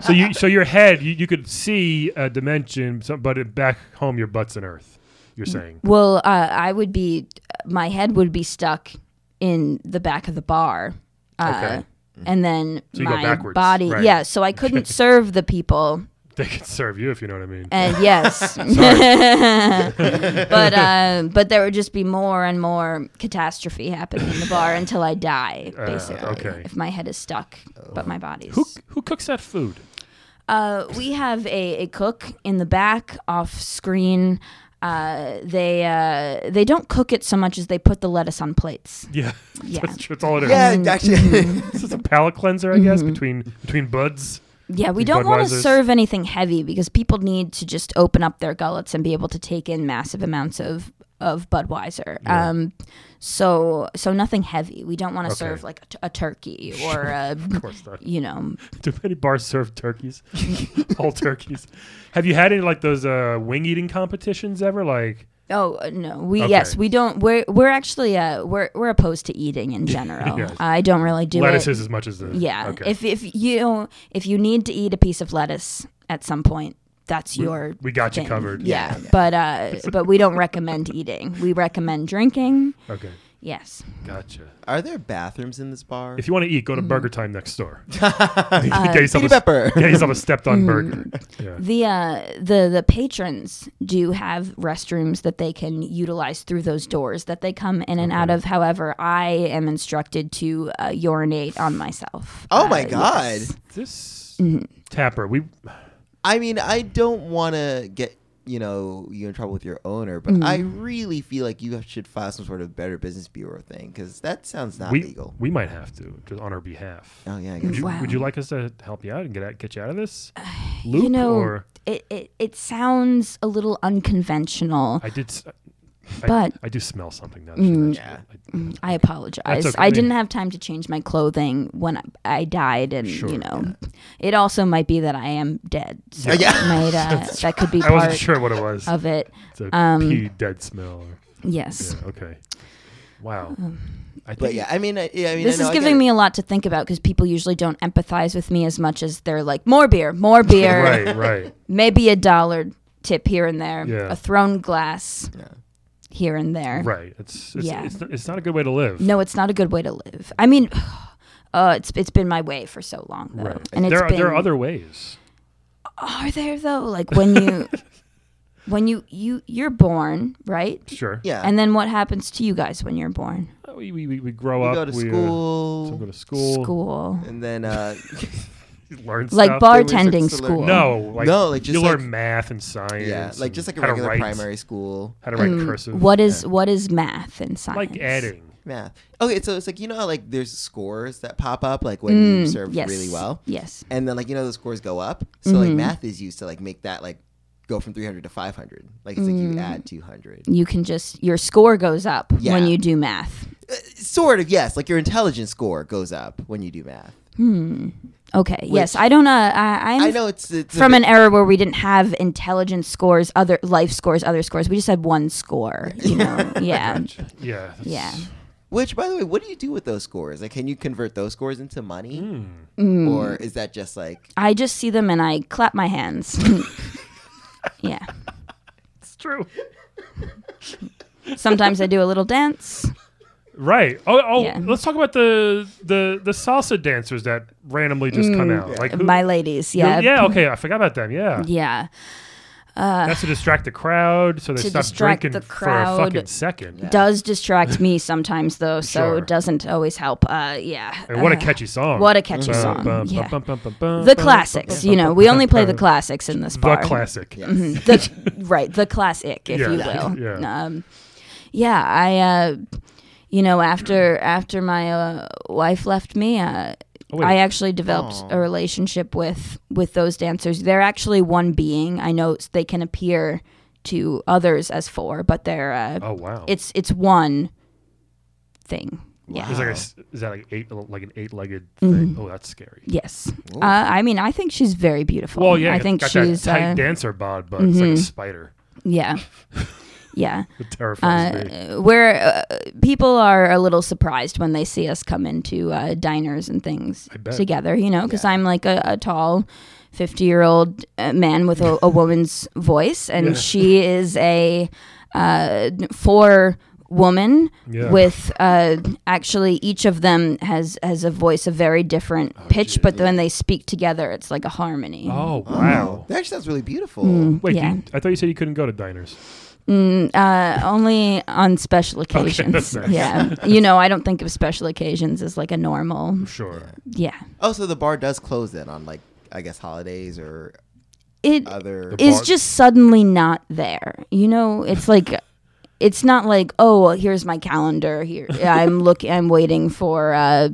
Speaker 1: So you, so your head, you, you could see a dimension, so- but it- back home, your butt's in earth. You're saying.
Speaker 5: Well, uh, I would be, my head would be stuck in the back of the bar. Uh,
Speaker 1: Okay.
Speaker 5: And then
Speaker 1: So you go
Speaker 5: my
Speaker 1: backwards,
Speaker 5: body,
Speaker 1: right.
Speaker 5: yeah. So I couldn't serve the people,
Speaker 1: They could serve you if you know what I mean.
Speaker 5: and yes, but uh, but there would just be more and more catastrophe happening in the bar until I die,
Speaker 1: Uh,
Speaker 5: basically.
Speaker 1: okay.
Speaker 5: If my head is stuck, but my body's.
Speaker 1: Who who cooks that food?
Speaker 5: Uh, we have a, a cook in the back off screen. Uh, they uh, they don't cook it so much as they put the lettuce on plates.
Speaker 1: Yeah,
Speaker 5: Yeah.
Speaker 1: that's, that's all it is.
Speaker 3: yeah, actually.
Speaker 1: This is a palate cleanser, I guess, between between buds.
Speaker 5: Yeah, we
Speaker 1: Like
Speaker 5: don't want to
Speaker 1: Budweiser's?
Speaker 5: serve anything heavy because people need to just open up their gullets and be able to take in massive amounts of of Budweiser. Um, so so nothing heavy. We don't want to
Speaker 1: Okay.
Speaker 5: serve like a, t- a turkey or a,
Speaker 1: Of course not.
Speaker 5: you know
Speaker 1: Do many bars serve turkeys? Whole turkeys. Have you had any like those uh, wing eating competitions ever? Like,
Speaker 5: Oh uh, no, we
Speaker 1: Okay.
Speaker 5: yes, we don't. We're we're actually uh we're we're opposed to eating in general.
Speaker 1: Yes.
Speaker 5: I don't really do it.
Speaker 1: lettuces as much as the
Speaker 5: Yeah,
Speaker 1: Okay.
Speaker 5: if if you if you need to eat a piece of lettuce at some point, that's your
Speaker 1: we got you
Speaker 5: thing.
Speaker 1: covered.
Speaker 5: Yeah, but uh, but we don't recommend eating. We recommend drinking.
Speaker 1: Okay.
Speaker 5: Yes,
Speaker 1: Gotcha.
Speaker 3: Are there bathrooms in this bar?
Speaker 1: If you want to eat, go to
Speaker 5: Mm-hmm.
Speaker 1: Burger Time next door. get yourself
Speaker 3: Pity
Speaker 1: a,
Speaker 3: pepper.
Speaker 1: get yourself a stepped
Speaker 5: Mm.
Speaker 1: on burger. Yeah.
Speaker 5: Uh, the uh the the patrons do have restrooms that they can utilize through those doors that they come in and out of. However, I am instructed to uh, urinate on myself.
Speaker 3: Oh
Speaker 5: Uh,
Speaker 3: my
Speaker 5: yes.
Speaker 3: god.
Speaker 1: This
Speaker 5: Mm-hmm.
Speaker 1: tapper, we
Speaker 3: I mean, I don't want to get you know you in trouble with your owner, but I
Speaker 5: Mm-hmm.
Speaker 3: really feel like you should file some sort of better business bureau thing because that sounds not
Speaker 1: we
Speaker 3: legal.
Speaker 1: we might have to just on our behalf.
Speaker 3: Oh yeah, I
Speaker 1: Would
Speaker 3: guess.
Speaker 1: you,
Speaker 5: Wow. Uh,
Speaker 1: would you like us to help you out and get out, get you out of this loop?
Speaker 5: you know,
Speaker 1: or
Speaker 5: it, it it sounds a little unconventional.
Speaker 1: I did. s- I-
Speaker 5: But- Mm.
Speaker 1: I do smell something now.
Speaker 3: Yeah.
Speaker 5: I apologize.
Speaker 1: That's okay.
Speaker 5: I didn't have time to change my clothing when I, I died, and
Speaker 1: Sure,
Speaker 5: you know, it also might be that I am dead. So
Speaker 3: Yeah. Yeah.
Speaker 5: it might, uh, that could be
Speaker 1: I
Speaker 5: part
Speaker 1: wasn't sure what it was.
Speaker 5: of it.
Speaker 1: it's a
Speaker 5: um,
Speaker 1: pee dead smell. Or,
Speaker 5: Yes.
Speaker 1: yeah, okay. Wow.
Speaker 5: um,
Speaker 1: I think
Speaker 3: But yeah, I mean, I, yeah, I mean,
Speaker 5: This
Speaker 3: I know,
Speaker 5: is
Speaker 3: I
Speaker 5: giving
Speaker 3: get-
Speaker 5: me a lot to think about because people usually don't empathize with me as much as they're like, more beer, more beer,
Speaker 1: Right. Right.
Speaker 5: maybe a dollar tip here and there,
Speaker 1: Yeah.
Speaker 5: a thrown glass
Speaker 3: Yeah.
Speaker 5: here and there.
Speaker 1: Right. It's it's,
Speaker 5: Yeah.
Speaker 1: it's, not, it's not a good way to live.
Speaker 5: No, it's not a good way to live. I mean, uh, it's it's been my way for so long, though.
Speaker 1: Right.
Speaker 5: And it's
Speaker 1: there are there are
Speaker 5: been-
Speaker 1: other ways.
Speaker 5: Are there though? Like when you, when you you you're born, right?
Speaker 1: Sure.
Speaker 3: Yeah,
Speaker 5: And then what happens to you guys when you're born?
Speaker 1: Uh, We, we, we we grow
Speaker 3: we
Speaker 1: up.
Speaker 3: go to
Speaker 1: we, uh,
Speaker 3: school,
Speaker 1: some go to school.
Speaker 5: School,
Speaker 3: and then uh,
Speaker 1: you Learn
Speaker 5: like
Speaker 1: stuff.
Speaker 3: we took
Speaker 5: bartending
Speaker 3: to learn-
Speaker 5: school.
Speaker 1: No. Like
Speaker 3: No, like,
Speaker 1: you
Speaker 3: just
Speaker 1: learn
Speaker 3: like-
Speaker 1: math and science.
Speaker 3: yeah, like
Speaker 1: and
Speaker 3: just like a
Speaker 1: how to
Speaker 3: regular
Speaker 1: write-
Speaker 3: primary school.
Speaker 1: How to write
Speaker 5: Mm,
Speaker 1: cursive.
Speaker 5: What is what is math and science?
Speaker 1: like adding.
Speaker 3: Yeah. Okay, so it's like you know, how, like there's scores that pop up like when you
Speaker 5: Mm,
Speaker 3: serve
Speaker 5: yes. Mm-hmm.
Speaker 3: really well,
Speaker 5: Yes.
Speaker 3: and then like you know the scores go up. So like math is used to like make that like go from 300 to 500. Like it's like
Speaker 5: Mm.
Speaker 3: you add 200.
Speaker 5: You can just your score goes up
Speaker 3: Yeah.
Speaker 5: when you do math.
Speaker 3: Sort of yes, like your intelligence score goes up when you do math.
Speaker 5: Okay. yes. I don't know. I I'm
Speaker 3: I know it's, it's a
Speaker 5: from
Speaker 3: bit-
Speaker 5: an era where we didn't have intelligence scores, other life scores, other scores. We just had one score. You know. yeah.
Speaker 1: Yeah. that's-
Speaker 5: Yeah.
Speaker 3: which by the way, what do you do with those scores? Like can you convert those scores into money?
Speaker 1: Hmm.
Speaker 5: Hmm.
Speaker 3: Or is that just like
Speaker 5: I just see them and I clap my hands. yeah.
Speaker 1: It's true.
Speaker 5: Sometimes I do a little dance.
Speaker 1: Right. Oh, oh
Speaker 5: Yeah.
Speaker 1: let's talk about the the the salsa dancers that randomly just come out. Like who,
Speaker 5: Mm. My ladies,
Speaker 1: who-
Speaker 5: yeah.
Speaker 1: yeah. Okay, I forgot about them. Yeah.
Speaker 5: Yeah.
Speaker 1: That's to distract the crowd, so they
Speaker 5: to
Speaker 1: stop
Speaker 5: distract
Speaker 1: drinking
Speaker 5: the
Speaker 1: for a
Speaker 5: crowd.
Speaker 1: fucking second.
Speaker 5: Does distract me sometimes though, so
Speaker 1: Sure.
Speaker 5: it doesn't always help. Uh, yeah.
Speaker 1: And what a
Speaker 5: Uh,
Speaker 1: catchy song!
Speaker 5: What a catchy
Speaker 1: Bum,
Speaker 5: song.
Speaker 1: bum,
Speaker 5: yeah.
Speaker 1: bum, bum, bum, bum,
Speaker 5: the
Speaker 1: bum,
Speaker 5: classics,
Speaker 1: bum,
Speaker 5: you
Speaker 1: bum,
Speaker 5: know.
Speaker 1: bum,
Speaker 5: We
Speaker 1: bum,
Speaker 5: only play the
Speaker 1: bum.
Speaker 5: classics in this
Speaker 1: The
Speaker 5: bar.
Speaker 1: classic.
Speaker 5: Mhm. The- right, the classic, if
Speaker 1: Yeah.
Speaker 5: you will.
Speaker 1: Yeah.
Speaker 5: Um, yeah, I, uh, you know, after after my uh, wife left me, uh,
Speaker 1: Oh, wait.
Speaker 5: I actually developed a relationship with with those dancers. They're actually one being. I know s- they can appear to others as four, but they're uh,
Speaker 1: Oh wow!
Speaker 5: it's it's one thing. Yeah.
Speaker 1: It's like a s is that like eight like an eight legged thing?
Speaker 5: Mm-hmm.
Speaker 1: Oh, that's scary.
Speaker 5: Yes. Uh, I mean, I think she's very beautiful.
Speaker 1: Well, yeah,
Speaker 5: I
Speaker 1: it's
Speaker 5: think
Speaker 1: got
Speaker 5: she's
Speaker 1: that tight
Speaker 5: uh, mm-hmm.
Speaker 1: dancer bod, but it's like a spider.
Speaker 5: yeah, yeah.
Speaker 1: It terrifies me.
Speaker 5: Uh, where uh, people are a little surprised when they see us come into uh, diners and things
Speaker 1: bet.
Speaker 5: together, you know, because I'm like a, a tall, fifty-year-old uh, man with a, a woman's voice, and she is a uh, four woman
Speaker 1: Yeah.
Speaker 5: with uh, actually each of them has has a voice of very different pitch, but when they speak together, it's like a harmony.
Speaker 1: Oh wow!
Speaker 3: That actually sounds really beautiful.
Speaker 1: Wait, do
Speaker 5: yeah.
Speaker 1: you, I thought you said you couldn't go to diners.
Speaker 5: Uh, only on special occasions.
Speaker 1: nice.
Speaker 5: Yeah. you know, I don't think of special occasions as like a normal.
Speaker 1: Sure.
Speaker 5: Yeah.
Speaker 3: Oh, so the bar does close then on like I guess holidays or
Speaker 5: It is
Speaker 3: other.
Speaker 1: The bar-
Speaker 5: just suddenly not there. You know, it's like it's not like, oh, well, here's my calendar here. I'm look I'm waiting for uh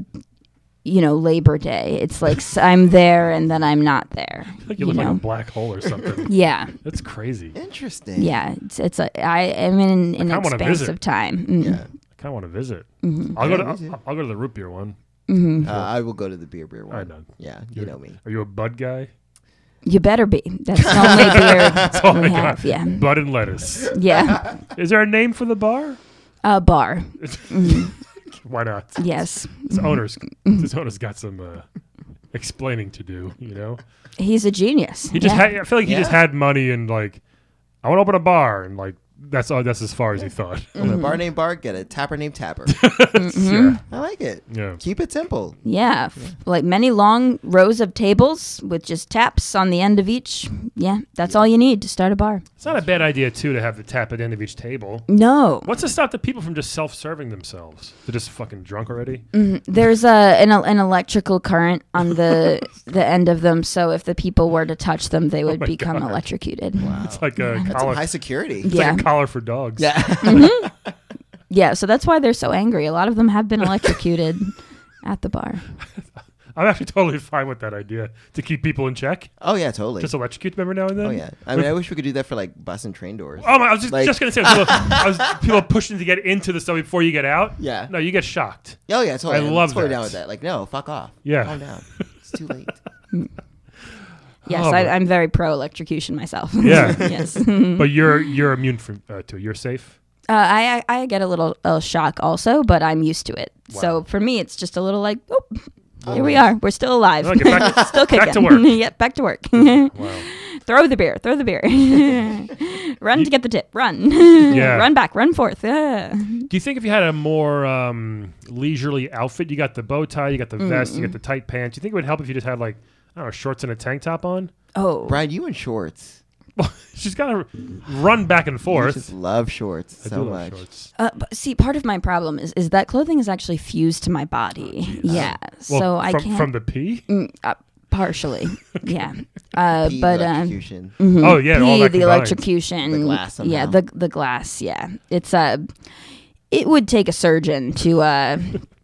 Speaker 5: you know, Labor Day. It's like s- I'm there and then I'm not there.
Speaker 1: Like you
Speaker 5: you
Speaker 1: look like a
Speaker 5: know.
Speaker 1: black hole or something.
Speaker 5: Yeah.
Speaker 1: That's crazy. I
Speaker 3: Interesting.
Speaker 5: Yeah. It's it's a I am in an
Speaker 1: I wanna
Speaker 5: expanse
Speaker 1: visit.
Speaker 5: of time. Mm.
Speaker 3: Yeah.
Speaker 1: kind of want to visit.
Speaker 5: Mm-hmm.
Speaker 1: I'll go to
Speaker 3: Yeah, me too.
Speaker 1: I'll, I'll go to the root beer one.
Speaker 3: Uh, I will go to the beer beer one.
Speaker 1: know.
Speaker 3: Yeah, you
Speaker 1: You're-
Speaker 3: know me.
Speaker 1: Are you a bud guy?
Speaker 5: You better be. That's the only beer
Speaker 1: all I
Speaker 5: we
Speaker 1: got.
Speaker 5: have. Yeah.
Speaker 1: Bud and lettuce.
Speaker 5: Yeah.
Speaker 1: Is there a name for the bar?
Speaker 5: A bar.
Speaker 1: Why not?
Speaker 5: Yes.
Speaker 1: This
Speaker 3: Mm-hmm.
Speaker 1: owner's this owner's got some uh, explaining to do. You know,
Speaker 5: He's a genius.
Speaker 1: he just
Speaker 5: yeah.
Speaker 1: had. I feel like he just
Speaker 3: Yeah.
Speaker 1: had money and like, I want to open a bar and like that's all. That's as far as he thought.
Speaker 3: Open
Speaker 5: Mm-hmm.
Speaker 3: a bar named Bar, get a tapper named Tapper.
Speaker 1: Yeah.
Speaker 3: I like it.
Speaker 1: Yeah.
Speaker 3: Keep it simple.
Speaker 5: yeah. f- Like many long rows of tables with just taps on the end of each. Yeah. That's all you need to start a bar.
Speaker 1: It's not a bad idea too to have the tap at the end of each table.
Speaker 5: No.
Speaker 1: What's to stop the people from just self-serving themselves? They're just fucking drunk already.
Speaker 3: Mm.
Speaker 5: There's a an, el- an electrical current on the the end of them, so if the people were to touch them, they would
Speaker 1: Oh my
Speaker 5: become
Speaker 1: God.
Speaker 5: electrocuted.
Speaker 1: It's like a
Speaker 3: That's some
Speaker 1: collar.
Speaker 3: high
Speaker 1: It's
Speaker 3: security.
Speaker 5: Yeah.
Speaker 1: like a collar for dogs.
Speaker 3: Yeah.
Speaker 5: Yeah, so that's why they're so angry. A lot of them have been electrocuted at the bar.
Speaker 1: Oh I'm actually totally fine with that idea to keep people in check.
Speaker 3: oh yeah, totally.
Speaker 1: Just electrocute them every now and then.
Speaker 3: oh yeah. I mean, I wish we could do that for like bus and train doors.
Speaker 1: Oh my! I was just,
Speaker 3: Like-
Speaker 1: just gonna say, people, I was people pushing to get into the stuff before you get out.
Speaker 3: Yeah.
Speaker 1: No, you get shocked.
Speaker 3: Oh yeah, totally.
Speaker 1: I
Speaker 3: I'm
Speaker 1: love that.
Speaker 3: totally down with that. Like, no, fuck off.
Speaker 1: Yeah.
Speaker 3: Calm down. It's too late.
Speaker 5: Yes,
Speaker 1: Oh,
Speaker 5: I,
Speaker 1: but-
Speaker 5: I'm very pro electrocution myself.
Speaker 1: Yeah.
Speaker 5: yes.
Speaker 1: But you're you're immune from uh, to it. You're safe.
Speaker 5: Uh, I I I get a little uh, shock also, but I'm used to it. So for me, it's just a little like, oh, here we are. We're still alive.
Speaker 1: Look, get back-
Speaker 5: still kicking.
Speaker 1: back to work.
Speaker 5: yep, back to work.
Speaker 1: Wow.
Speaker 5: throw the beer. Throw the beer. run to get the tip. Run. yeah. Run back. Run forth. Yeah.
Speaker 1: Do you think if you had a more um, leisurely outfit, you got the bow tie, you got the vest, you got the tight pants. Do you think it would help if you just had like I don't know shorts and a tank top on?
Speaker 5: Oh.
Speaker 3: Brian, you in shorts.
Speaker 1: She's gotta run back and
Speaker 3: I
Speaker 1: forth.
Speaker 3: just love shorts
Speaker 1: I
Speaker 3: so
Speaker 1: do love
Speaker 3: much.
Speaker 1: shorts.
Speaker 5: Uh, but see, part of my problem is is that clothing is actually fused to my body. yeah.
Speaker 1: Well,
Speaker 5: so I
Speaker 1: from,
Speaker 5: can't.
Speaker 1: from the pee.
Speaker 5: uh, partially. Yeah. Uh,
Speaker 3: Pee
Speaker 5: but. Um,
Speaker 3: electrocution.
Speaker 1: Oh yeah, all
Speaker 5: pee,
Speaker 1: that
Speaker 5: the
Speaker 1: combined.
Speaker 5: electrocution,
Speaker 3: The glass
Speaker 5: yeah,
Speaker 3: somehow.
Speaker 5: the the glass, yeah. It's a, it would take a surgeon to uh,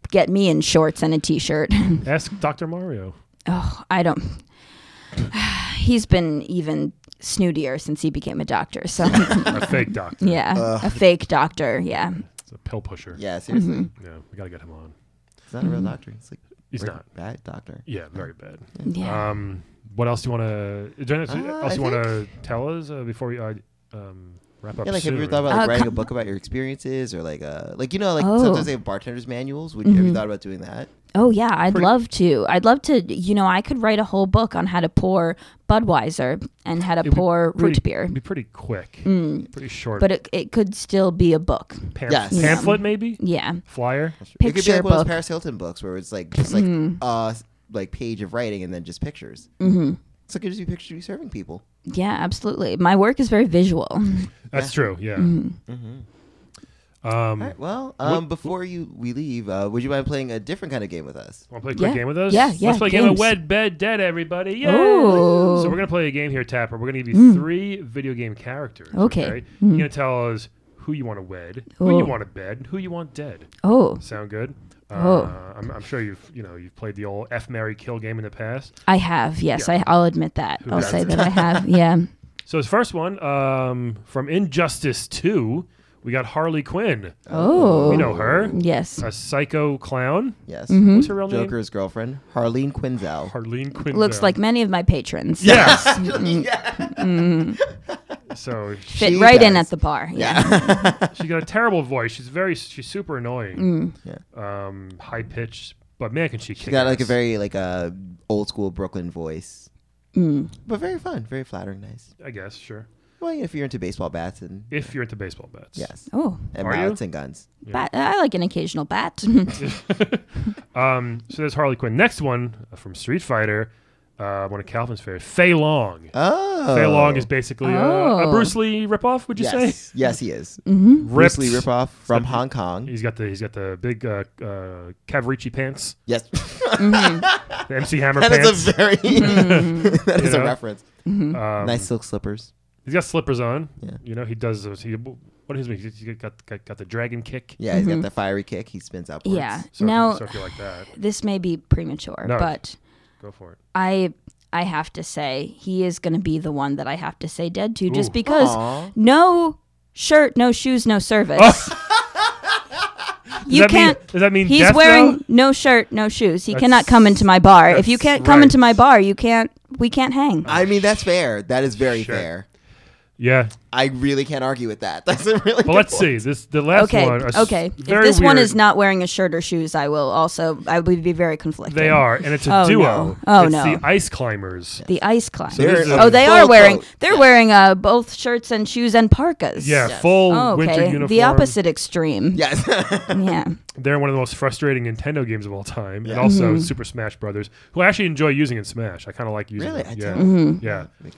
Speaker 5: get me in shorts and a t-shirt.
Speaker 1: Ask Doctor Mario.
Speaker 5: oh, I don't. He's been even snootier since he became a doctor. So
Speaker 1: A fake doctor.
Speaker 5: yeah,
Speaker 3: Uh.
Speaker 5: a fake doctor. Yeah, Mm-hmm.
Speaker 1: It's a pill pusher.
Speaker 3: yeah, seriously.
Speaker 1: Yeah, we gotta get him on.
Speaker 3: It's not a real doctor. It's like
Speaker 1: Mm-hmm. He's
Speaker 3: very
Speaker 1: not.
Speaker 3: bad doctor.
Speaker 1: Yeah, very bad.
Speaker 5: yeah.
Speaker 1: Um, what else do you want to? Is there anything
Speaker 3: Uh,
Speaker 1: else
Speaker 3: I
Speaker 1: you want to tell us uh, before we uh, um, wrap up?
Speaker 3: Yeah, like have you ever
Speaker 1: soon?
Speaker 3: thought about like,
Speaker 5: Uh,
Speaker 3: writing
Speaker 5: co-
Speaker 3: a book about your experiences or like uh like you know like
Speaker 5: Oh. Mm-hmm.
Speaker 3: sometimes they have bartenders manuals. Would you have you thought about doing that?
Speaker 5: oh yeah, I'd
Speaker 1: pretty-
Speaker 5: love to. I'd love to. You know, I could write a whole book on how to pour Budweiser and how to
Speaker 1: It would
Speaker 5: pour
Speaker 1: pretty-
Speaker 5: root beer,
Speaker 1: It'd be pretty quick, pretty short.
Speaker 5: but Mm. it it could still be a book.
Speaker 1: Pam-
Speaker 3: Mm. Yes. Mm. Yeah.
Speaker 1: pamphlet maybe
Speaker 5: Yeah.
Speaker 1: flyer.
Speaker 3: it could be
Speaker 5: Picture
Speaker 3: like one of those
Speaker 5: book.
Speaker 3: Paris Hilton books where it's like just like uh like page of writing and then just pictures. Mm-hmm. So it gives you a picture of you serving people.
Speaker 5: Yeah, absolutely. My work is very visual.
Speaker 1: That's true. Yeah.
Speaker 5: Mm-hmm.
Speaker 1: Um,
Speaker 3: All right. Well, um, before you we leave, uh, would you mind playing a different kind of game with us?
Speaker 1: Want to play a quick
Speaker 5: Yeah.
Speaker 1: game with us?
Speaker 5: Yeah, yeah,
Speaker 1: Let's play a game of
Speaker 5: games.
Speaker 1: Wed, Bed, Dead, everybody. Yay!
Speaker 5: Ooh. Mm.
Speaker 1: So we're going to play a game here, Tapper. We're going to give you three video game characters.
Speaker 5: Okay.
Speaker 1: You're
Speaker 5: Mm.
Speaker 1: going to tell us who you want to wed, who you
Speaker 5: Ooh.
Speaker 1: want to bed, and who you want dead.
Speaker 5: Oh,
Speaker 1: Sound good? Uh,
Speaker 5: Oh.
Speaker 1: I'm, I'm sure you've you know you've played the old F Mary Kill game in the past.
Speaker 5: I have. Yes,
Speaker 1: Yeah.
Speaker 5: I, I'll admit that.
Speaker 1: Who
Speaker 5: I'll say
Speaker 1: doesn't?
Speaker 5: that I have. Yeah.
Speaker 1: So his first one um, from Injustice Two, we got Harley Quinn.
Speaker 5: Oh.
Speaker 1: You know her,
Speaker 5: Yes. Hmm?
Speaker 1: a psycho clown.
Speaker 3: Yes.
Speaker 1: What's her real name?
Speaker 3: Joker's girlfriend, Harleen Quinzel.
Speaker 1: Harleen Quinn.
Speaker 5: Looks like many of my patrons.
Speaker 1: Yes. so
Speaker 5: Fit
Speaker 3: She
Speaker 5: right in
Speaker 3: does.
Speaker 5: at the bar. Yeah.
Speaker 1: She's got a terrible voice. She's very she's super
Speaker 5: Hmm.
Speaker 1: annoying.
Speaker 3: Mm.
Speaker 1: Um, high pitched, but man, can she kick
Speaker 3: She got like a
Speaker 1: ass.
Speaker 3: very like uh, old school Brooklyn voice, but very fun, very flattering, nice.
Speaker 1: I guess sure.
Speaker 3: Well, if you're into baseball bats and
Speaker 1: If you're into baseball bats,
Speaker 3: yes,
Speaker 5: Oh,
Speaker 3: and
Speaker 1: Are you?
Speaker 3: mallets and guns.
Speaker 5: bat. I like an occasional bat.
Speaker 1: Um, so there's Harley Quinn. Next one uh, from Street Fighter, uh, one of Calvin's favorites, Fei Long.
Speaker 3: Oh,
Speaker 1: Fei Long is basically uh, a
Speaker 5: Oh.
Speaker 1: Bruce Lee ripoff. Would you say?
Speaker 3: yes, yes, he is.
Speaker 1: Ripped.
Speaker 3: Bruce Lee ripoff from Hong Kong.
Speaker 1: He's got the he's got the big uh, uh, Cavarici pants,
Speaker 3: Yes,
Speaker 1: the MC Hammer
Speaker 3: that
Speaker 1: pants.
Speaker 3: is a very that
Speaker 1: You
Speaker 3: is
Speaker 1: know?
Speaker 3: a reference.
Speaker 1: Um,
Speaker 3: nice silk slippers.
Speaker 1: He's got slippers on.
Speaker 3: Yeah.
Speaker 1: You know he does. those- He what is he? He's got, got got the dragon kick.
Speaker 3: Yeah, he's got the fiery kick. He spins outwards.
Speaker 5: yeah.
Speaker 1: So, if
Speaker 5: now,
Speaker 1: you, so if you like that,
Speaker 5: this may be premature,
Speaker 1: No.
Speaker 5: but
Speaker 1: go for it.
Speaker 5: I I have to say he is going to be the one that I have to say dead to just
Speaker 1: Ooh.
Speaker 5: because
Speaker 3: Aw.
Speaker 5: no shirt, no shoes, no service.
Speaker 1: that
Speaker 5: you
Speaker 1: mean-
Speaker 5: can't.
Speaker 1: does that mean
Speaker 5: he's
Speaker 1: death,
Speaker 5: wearing
Speaker 1: though?
Speaker 5: no shirt, no shoes? He
Speaker 1: That's-
Speaker 5: cannot come into my bar. If you
Speaker 1: that's
Speaker 5: can't come into
Speaker 1: right.
Speaker 5: my bar, you can't. We can't hang.
Speaker 3: I mean
Speaker 1: Oh,
Speaker 3: that's fair. That is very
Speaker 1: Sure.
Speaker 3: fair.
Speaker 1: Yeah.
Speaker 3: I really can't argue with that. That's a really.
Speaker 1: Well,
Speaker 3: good
Speaker 1: let's
Speaker 3: point.
Speaker 1: see. This the last
Speaker 5: okay,
Speaker 1: one. a s-
Speaker 5: okay. If
Speaker 1: very
Speaker 5: this one
Speaker 1: weird-
Speaker 5: is not wearing a shirt or shoes, I will also. I would be very conflicted.
Speaker 1: they are, and it's a
Speaker 5: Oh,
Speaker 1: duo.
Speaker 5: no. Oh,
Speaker 1: it's
Speaker 5: no.
Speaker 1: the ice climbers.
Speaker 5: The ice climb.
Speaker 1: this is a
Speaker 5: oh, they are
Speaker 3: full
Speaker 5: wearing.
Speaker 3: coat.
Speaker 5: They're wearing uh, both shirts and shoes and parkas.
Speaker 1: Yeah, full
Speaker 5: Oh, okay.
Speaker 1: winter uniform.
Speaker 5: The opposite extreme.
Speaker 3: Yes.
Speaker 5: Yeah.
Speaker 1: They're one of the most frustrating Nintendo games of all time, and also Super Smash Brothers, who I actually enjoy using in Smash. I kind of like using.
Speaker 3: Really?
Speaker 1: them.
Speaker 3: I Mm-hmm.
Speaker 1: Yeah.
Speaker 5: Mm-hmm.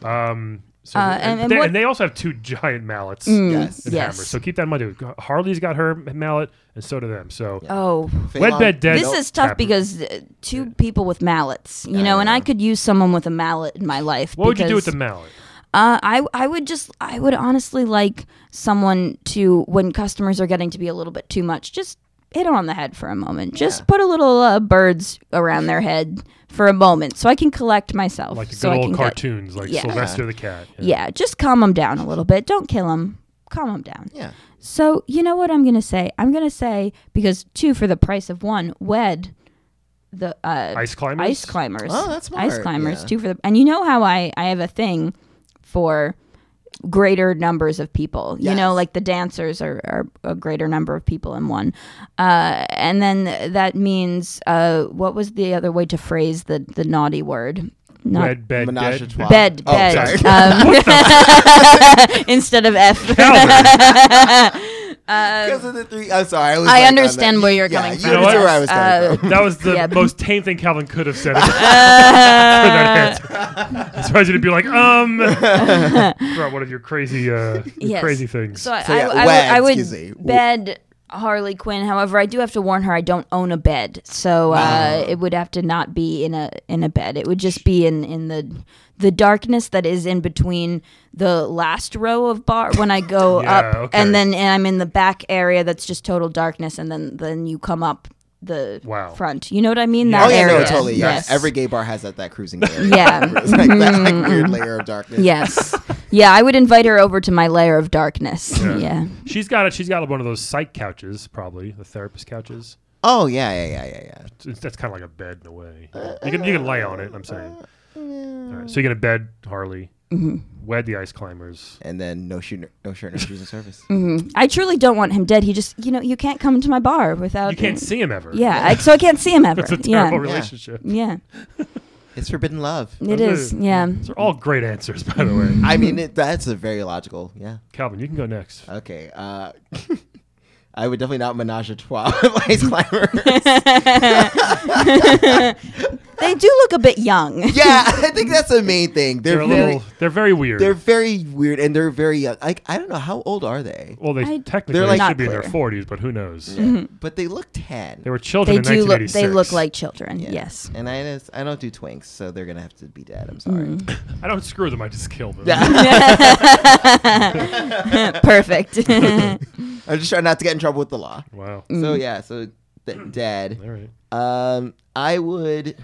Speaker 1: Yeah. Um. So
Speaker 5: Uh,
Speaker 1: and,
Speaker 5: and- and
Speaker 1: they,
Speaker 5: what-
Speaker 1: and they also have two giant mallets
Speaker 5: Mm.
Speaker 3: yes.
Speaker 1: and hammers.
Speaker 5: yes.
Speaker 1: So keep that in mind. too. Harley's got her mallet, and so do them. So
Speaker 5: Oh.
Speaker 1: wed bed dead.
Speaker 5: This is tough because uh, two people with mallets, you know, and I could use someone with a mallet in my life.
Speaker 1: What would you do with the
Speaker 5: because,
Speaker 1: mallet?
Speaker 5: Uh, I I would just I would honestly like someone to when customers are getting to be a little bit too much, just hit 'em on the head for a moment. Just put a little uh, birds around their head for a moment, so I can collect myself.
Speaker 1: Like the good
Speaker 5: so I
Speaker 1: old
Speaker 5: can get-
Speaker 1: cartoons, like
Speaker 5: Yeah.
Speaker 1: Sylvester the cat.
Speaker 5: yeah, just calm them down a little bit. Don't kill them. Calm them down.
Speaker 3: Yeah.
Speaker 5: So you know what I'm gonna say? I'm gonna say because two for the price of one. Wed the uh,
Speaker 1: Ice climbers.
Speaker 5: ice climbers.
Speaker 3: Oh, that's
Speaker 5: Ice
Speaker 3: smart,
Speaker 5: climbers.
Speaker 3: yeah.
Speaker 5: Two for the and you know how I I have a thing for greater numbers of people. You know,
Speaker 3: Yes.
Speaker 5: like the dancers are, are a greater number of people in one. Uh, and then that means uh, what was the other way to phrase the the naughty word? Not
Speaker 1: Red bed
Speaker 3: Menage
Speaker 1: dead.
Speaker 3: a trois.
Speaker 5: bed
Speaker 3: Oh, sorry.
Speaker 5: bed um, instead of F.
Speaker 1: Calvin.
Speaker 3: Because of the three. I'm sorry. I, was
Speaker 5: Um, I
Speaker 3: like on
Speaker 5: understand
Speaker 3: that.
Speaker 5: where you're
Speaker 3: Yeah,
Speaker 5: coming
Speaker 3: You
Speaker 5: from.
Speaker 3: understand
Speaker 1: Yes.
Speaker 3: where I was coming
Speaker 5: Uh,
Speaker 3: from.
Speaker 1: That was the
Speaker 5: Yeah.
Speaker 1: most tame thing Calvin could have said. for that answer. I was surprised you to be like, um, throw out one of your crazy, uh, your
Speaker 5: Yes.
Speaker 1: crazy things.
Speaker 5: So I,
Speaker 3: So,
Speaker 5: I,
Speaker 3: yeah,
Speaker 5: I,
Speaker 3: wed,
Speaker 5: would, I
Speaker 3: excuse me.
Speaker 5: would bed Harley Quinn. However, I do have to warn her I don't own a bed, so
Speaker 3: Ah.
Speaker 5: uh, it would have to not be in a in a bed. It would just be in in the the darkness that is in between the last row of bar when I go
Speaker 1: Yeah,
Speaker 5: up,
Speaker 1: okay.
Speaker 5: and then and I'm in the back area that's just total darkness, and then then you come up the
Speaker 1: Wow.
Speaker 5: front. You know what I mean?
Speaker 1: Yeah.
Speaker 5: That
Speaker 3: Oh yeah,
Speaker 5: area.
Speaker 3: no, totally. Yeah,
Speaker 5: Yes.
Speaker 3: every gay bar has that that cruising area.
Speaker 5: Yeah.
Speaker 3: It's like that like, weird layer of darkness.
Speaker 5: yes. Yeah, I would invite her over to my layer of darkness. yeah.
Speaker 1: she's got it. She's got one of those psych couches, probably the therapist couches.
Speaker 3: Oh yeah, yeah, yeah, yeah, yeah.
Speaker 1: It's, that's kind of like a bed in a way. You can you can lay on it. I'm saying. All right, so you get a bed, Harley.
Speaker 5: Mm-hmm.
Speaker 1: Wed the ice climbers.
Speaker 3: And then no shoot, no shirt, no shoes in service.
Speaker 5: I truly don't want him dead. He just, you know, you can't come into my bar without.
Speaker 1: You can't see him ever.
Speaker 5: Yeah, I, so I can't see him ever.
Speaker 1: it's a terrible
Speaker 5: yeah,
Speaker 1: relationship.
Speaker 5: yeah,
Speaker 3: It's forbidden love.
Speaker 5: it is.
Speaker 1: are-
Speaker 5: Yeah.
Speaker 1: These are all great answers, by the way.
Speaker 3: I mean, it, that's a very logical. Yeah.
Speaker 1: Calvin, you can go next.
Speaker 3: Okay. Uh, I would definitely not menage a trois with ice climbers.
Speaker 5: they do look a bit young.
Speaker 3: yeah, I think that's the main thing. They're,
Speaker 1: They're a
Speaker 3: very,
Speaker 1: little. They're very weird.
Speaker 3: they're very weird and they're very young. Like I don't know how old are they,
Speaker 1: well, they
Speaker 5: I-
Speaker 1: technically
Speaker 3: They're like-
Speaker 1: should be in their
Speaker 5: Not clear.
Speaker 1: forties, but who knows?
Speaker 3: but they look ten.
Speaker 1: Mm-hmm. They were children
Speaker 5: They
Speaker 1: in
Speaker 5: do look.
Speaker 1: 1986.
Speaker 5: They look like children.
Speaker 3: Yeah.
Speaker 5: Yes.
Speaker 3: And I just, I don't do twinks, so they're gonna have to be dead. I'm sorry.
Speaker 1: I don't screw them. I just kill them.
Speaker 3: Yeah,
Speaker 5: Perfect.
Speaker 3: I'm just trying not to get in trouble with the law.
Speaker 1: Wow.
Speaker 3: So yeah, so th- dead.
Speaker 1: All right.
Speaker 3: Um, I would,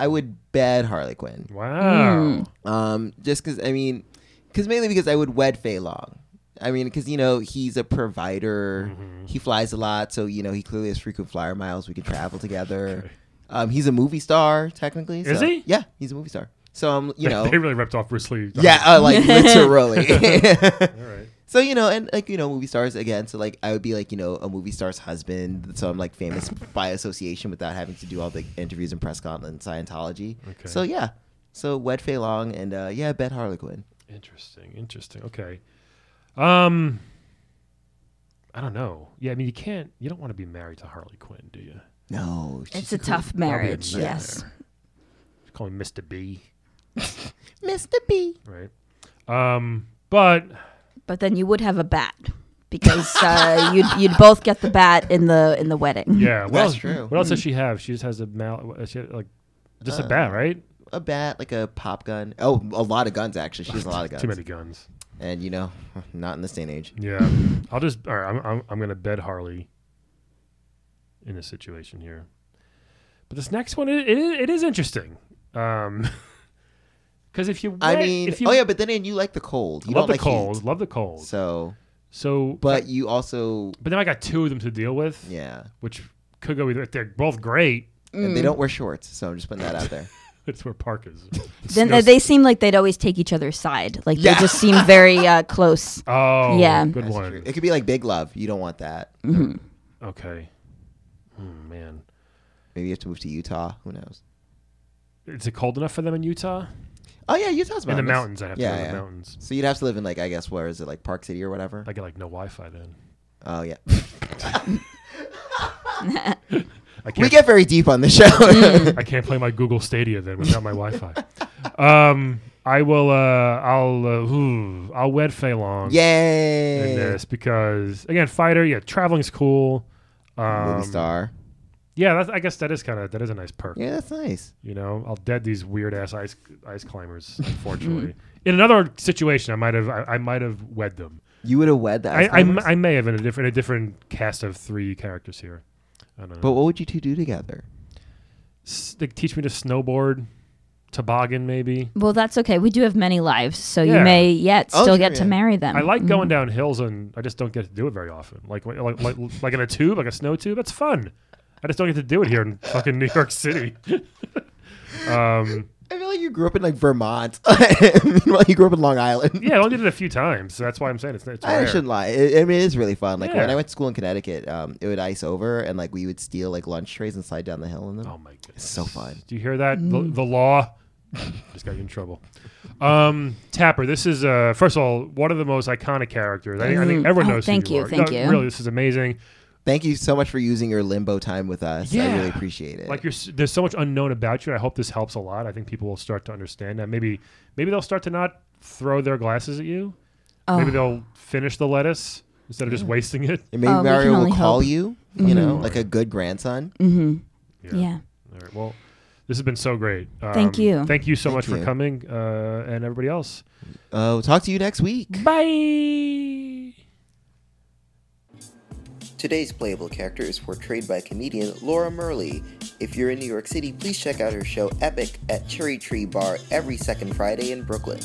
Speaker 3: I would bed Harley Quinn.
Speaker 1: Wow.
Speaker 5: Mm.
Speaker 3: Um, just because I mean, because mainly because I would wed Fei Long. I mean, because you know he's a provider.
Speaker 1: Mm-hmm.
Speaker 3: He flies a lot, so you know he clearly has frequent flyer miles. We could travel together. Um, he's a movie star technically.
Speaker 1: Is
Speaker 3: so-
Speaker 1: he?
Speaker 3: Yeah, he's a movie star. So um, you
Speaker 1: They-
Speaker 3: know,
Speaker 1: they really ripped off Bruce Lee.
Speaker 3: yeah, uh, like literally.
Speaker 1: All right.
Speaker 3: So you know, and like you know, movie stars again. So like, I would be like you know a movie star's husband. So I'm like famous by association without having to do all the interviews and press con and Scientology.
Speaker 1: Okay.
Speaker 3: So yeah, so wed Fei Long and uh, yeah, bet Harlequin.
Speaker 1: Interesting. Interesting. Okay. Um. I don't know. Yeah, I mean, you can't. You don't want to be married to Harley Quinn, do you?
Speaker 3: No,
Speaker 5: it's
Speaker 3: she's
Speaker 5: a tough marriage.
Speaker 1: nightmare.
Speaker 5: Yes.
Speaker 1: Call him Mr. B,
Speaker 3: Mr. B.
Speaker 1: right? Um. But
Speaker 5: But then you would have a bat because uh, you'd you'd both get the bat in the in the wedding.
Speaker 1: yeah, what
Speaker 3: That's
Speaker 1: else,
Speaker 3: true. Uh,
Speaker 1: What
Speaker 5: Mm.
Speaker 1: else does she have? She just has a mal. uh, She had, like just a bat, right?
Speaker 3: A bat, like a pop gun. Oh, a lot of guns actually. She has a lot of guns.
Speaker 1: Too many guns.
Speaker 3: And you know, not in this day and age.
Speaker 1: Yeah. I'll just. All right. I'm. I'm, I'm gonna bed Harley. In this situation here, but this next one, it, it, it is interesting. Um. Because if you,
Speaker 3: I
Speaker 1: wed-
Speaker 3: mean,
Speaker 1: if you,
Speaker 3: oh yeah, but then again, you like the cold. You
Speaker 1: love
Speaker 3: don't
Speaker 1: the
Speaker 3: like
Speaker 1: cold.
Speaker 3: heat.
Speaker 1: Love the cold. So,
Speaker 3: So, but you also
Speaker 1: but then I got two of them to deal with,
Speaker 3: yeah,
Speaker 1: which could go either. If they're both great,
Speaker 3: and they don't wear shorts. So I'm just putting that out there.
Speaker 1: it's where parkas.
Speaker 5: Then uh, they, they seem like they'd always take each other's side. Like
Speaker 3: Yeah.
Speaker 5: they just seem very uh, close.
Speaker 1: Oh,
Speaker 5: Yeah.
Speaker 1: good
Speaker 3: That's
Speaker 1: one.
Speaker 3: true. It could be like Big Love. You don't want that.
Speaker 1: Okay, Hmm, man,
Speaker 3: Maybe you have to move to Utah. Who knows?
Speaker 1: is it cold enough for them in Utah?
Speaker 3: Oh yeah, Utah's
Speaker 1: In the
Speaker 3: mountainous.
Speaker 1: mountains, I have to
Speaker 3: Yeah,
Speaker 1: go
Speaker 3: yeah.
Speaker 1: in the mountains.
Speaker 3: So you'd have to live in like I guess where is it like Park City or whatever?
Speaker 1: I get like no Wi-Fi then.
Speaker 3: oh yeah.
Speaker 1: I can't.
Speaker 3: we get very deep on the show.
Speaker 1: I can't play my Google Stadia then without my Wi-Fi. Um, I will. Uh, I'll. Uh, ooh, I'll wed Fei Long in
Speaker 3: Yay!
Speaker 1: this because again, fighter. Yeah, traveling's cool. Um,
Speaker 3: Movie star.
Speaker 1: Yeah, that's, I guess that is kind of that is a nice perk.
Speaker 3: Yeah, that's nice.
Speaker 1: You know, I'll dead these weird ass ice ice climbers. Unfortunately, in another situation, I might have I, I might have wed them.
Speaker 3: You would have wed that.
Speaker 1: I, I, m- I may have in a different a different cast of three characters here. I don't know.
Speaker 3: but what would you two do together?
Speaker 1: S- they teach me to snowboard, toboggan maybe.
Speaker 5: Well, that's okay. We do have many lives, so
Speaker 1: Yeah.
Speaker 5: you may yet
Speaker 3: Oh,
Speaker 5: still
Speaker 3: sure,
Speaker 5: get
Speaker 3: yeah.
Speaker 5: to marry them.
Speaker 1: I like
Speaker 5: Mm-hmm.
Speaker 1: going down hills and I just don't get to do it very often. Like like like, like in a tube, like a snow tube. That's fun. I just don't get to do it here in fucking New York City. um,
Speaker 3: I feel like you grew up in like Vermont. Meanwhile, you grew up in Long Island.
Speaker 1: yeah, I only did it a few times, so that's why I'm saying it's it's
Speaker 3: I
Speaker 1: rare.
Speaker 3: shouldn't lie. I I mean, it is really fun. Like when
Speaker 1: Yeah.
Speaker 3: I went to school in Connecticut, um, it would ice over, and like we would steal like lunch trays and slide down the hill in them.
Speaker 1: Oh my goodness.
Speaker 3: so fun.
Speaker 1: Do you hear that?
Speaker 5: Mm.
Speaker 1: The, the law just got you in trouble. Um, Tapper, this is uh, first of all one of the most iconic characters. I think, I think
Speaker 5: Mhm.
Speaker 1: everyone
Speaker 5: Oh,
Speaker 1: knows.
Speaker 5: thank
Speaker 1: who you,
Speaker 5: you,
Speaker 1: are.
Speaker 5: thank
Speaker 1: No,
Speaker 5: you.
Speaker 1: Really, this is amazing.
Speaker 3: Thank you so much for using your limbo time with us. I
Speaker 1: Yeah.
Speaker 3: really appreciate it.
Speaker 1: Like you're, s- there's so much unknown about you. And I hope this helps a lot. I think people will start to understand that. Maybe maybe they'll start to not throw their glasses at you.
Speaker 5: Oh.
Speaker 1: Maybe they'll finish the lettuce instead of just wasting it.
Speaker 3: and maybe
Speaker 5: Oh, we
Speaker 3: Mario
Speaker 5: can
Speaker 3: will
Speaker 5: only
Speaker 3: call
Speaker 5: hope. Mm-hmm.
Speaker 3: you, you know, like a good grandson. Uh,
Speaker 5: Yeah.
Speaker 1: All right. Well, this has been so great. Um,
Speaker 5: Thank you.
Speaker 1: Thank you so
Speaker 3: Thank
Speaker 1: much for
Speaker 3: you.
Speaker 1: coming, uh, and everybody else.
Speaker 3: Uh, we'll talk to you next week.
Speaker 1: Bye.
Speaker 6: Today's playable character is portrayed by comedian Laura Murley. If you're in New York City, please check out her show Epic at Cherry Tree Bar every second Friday in Brooklyn.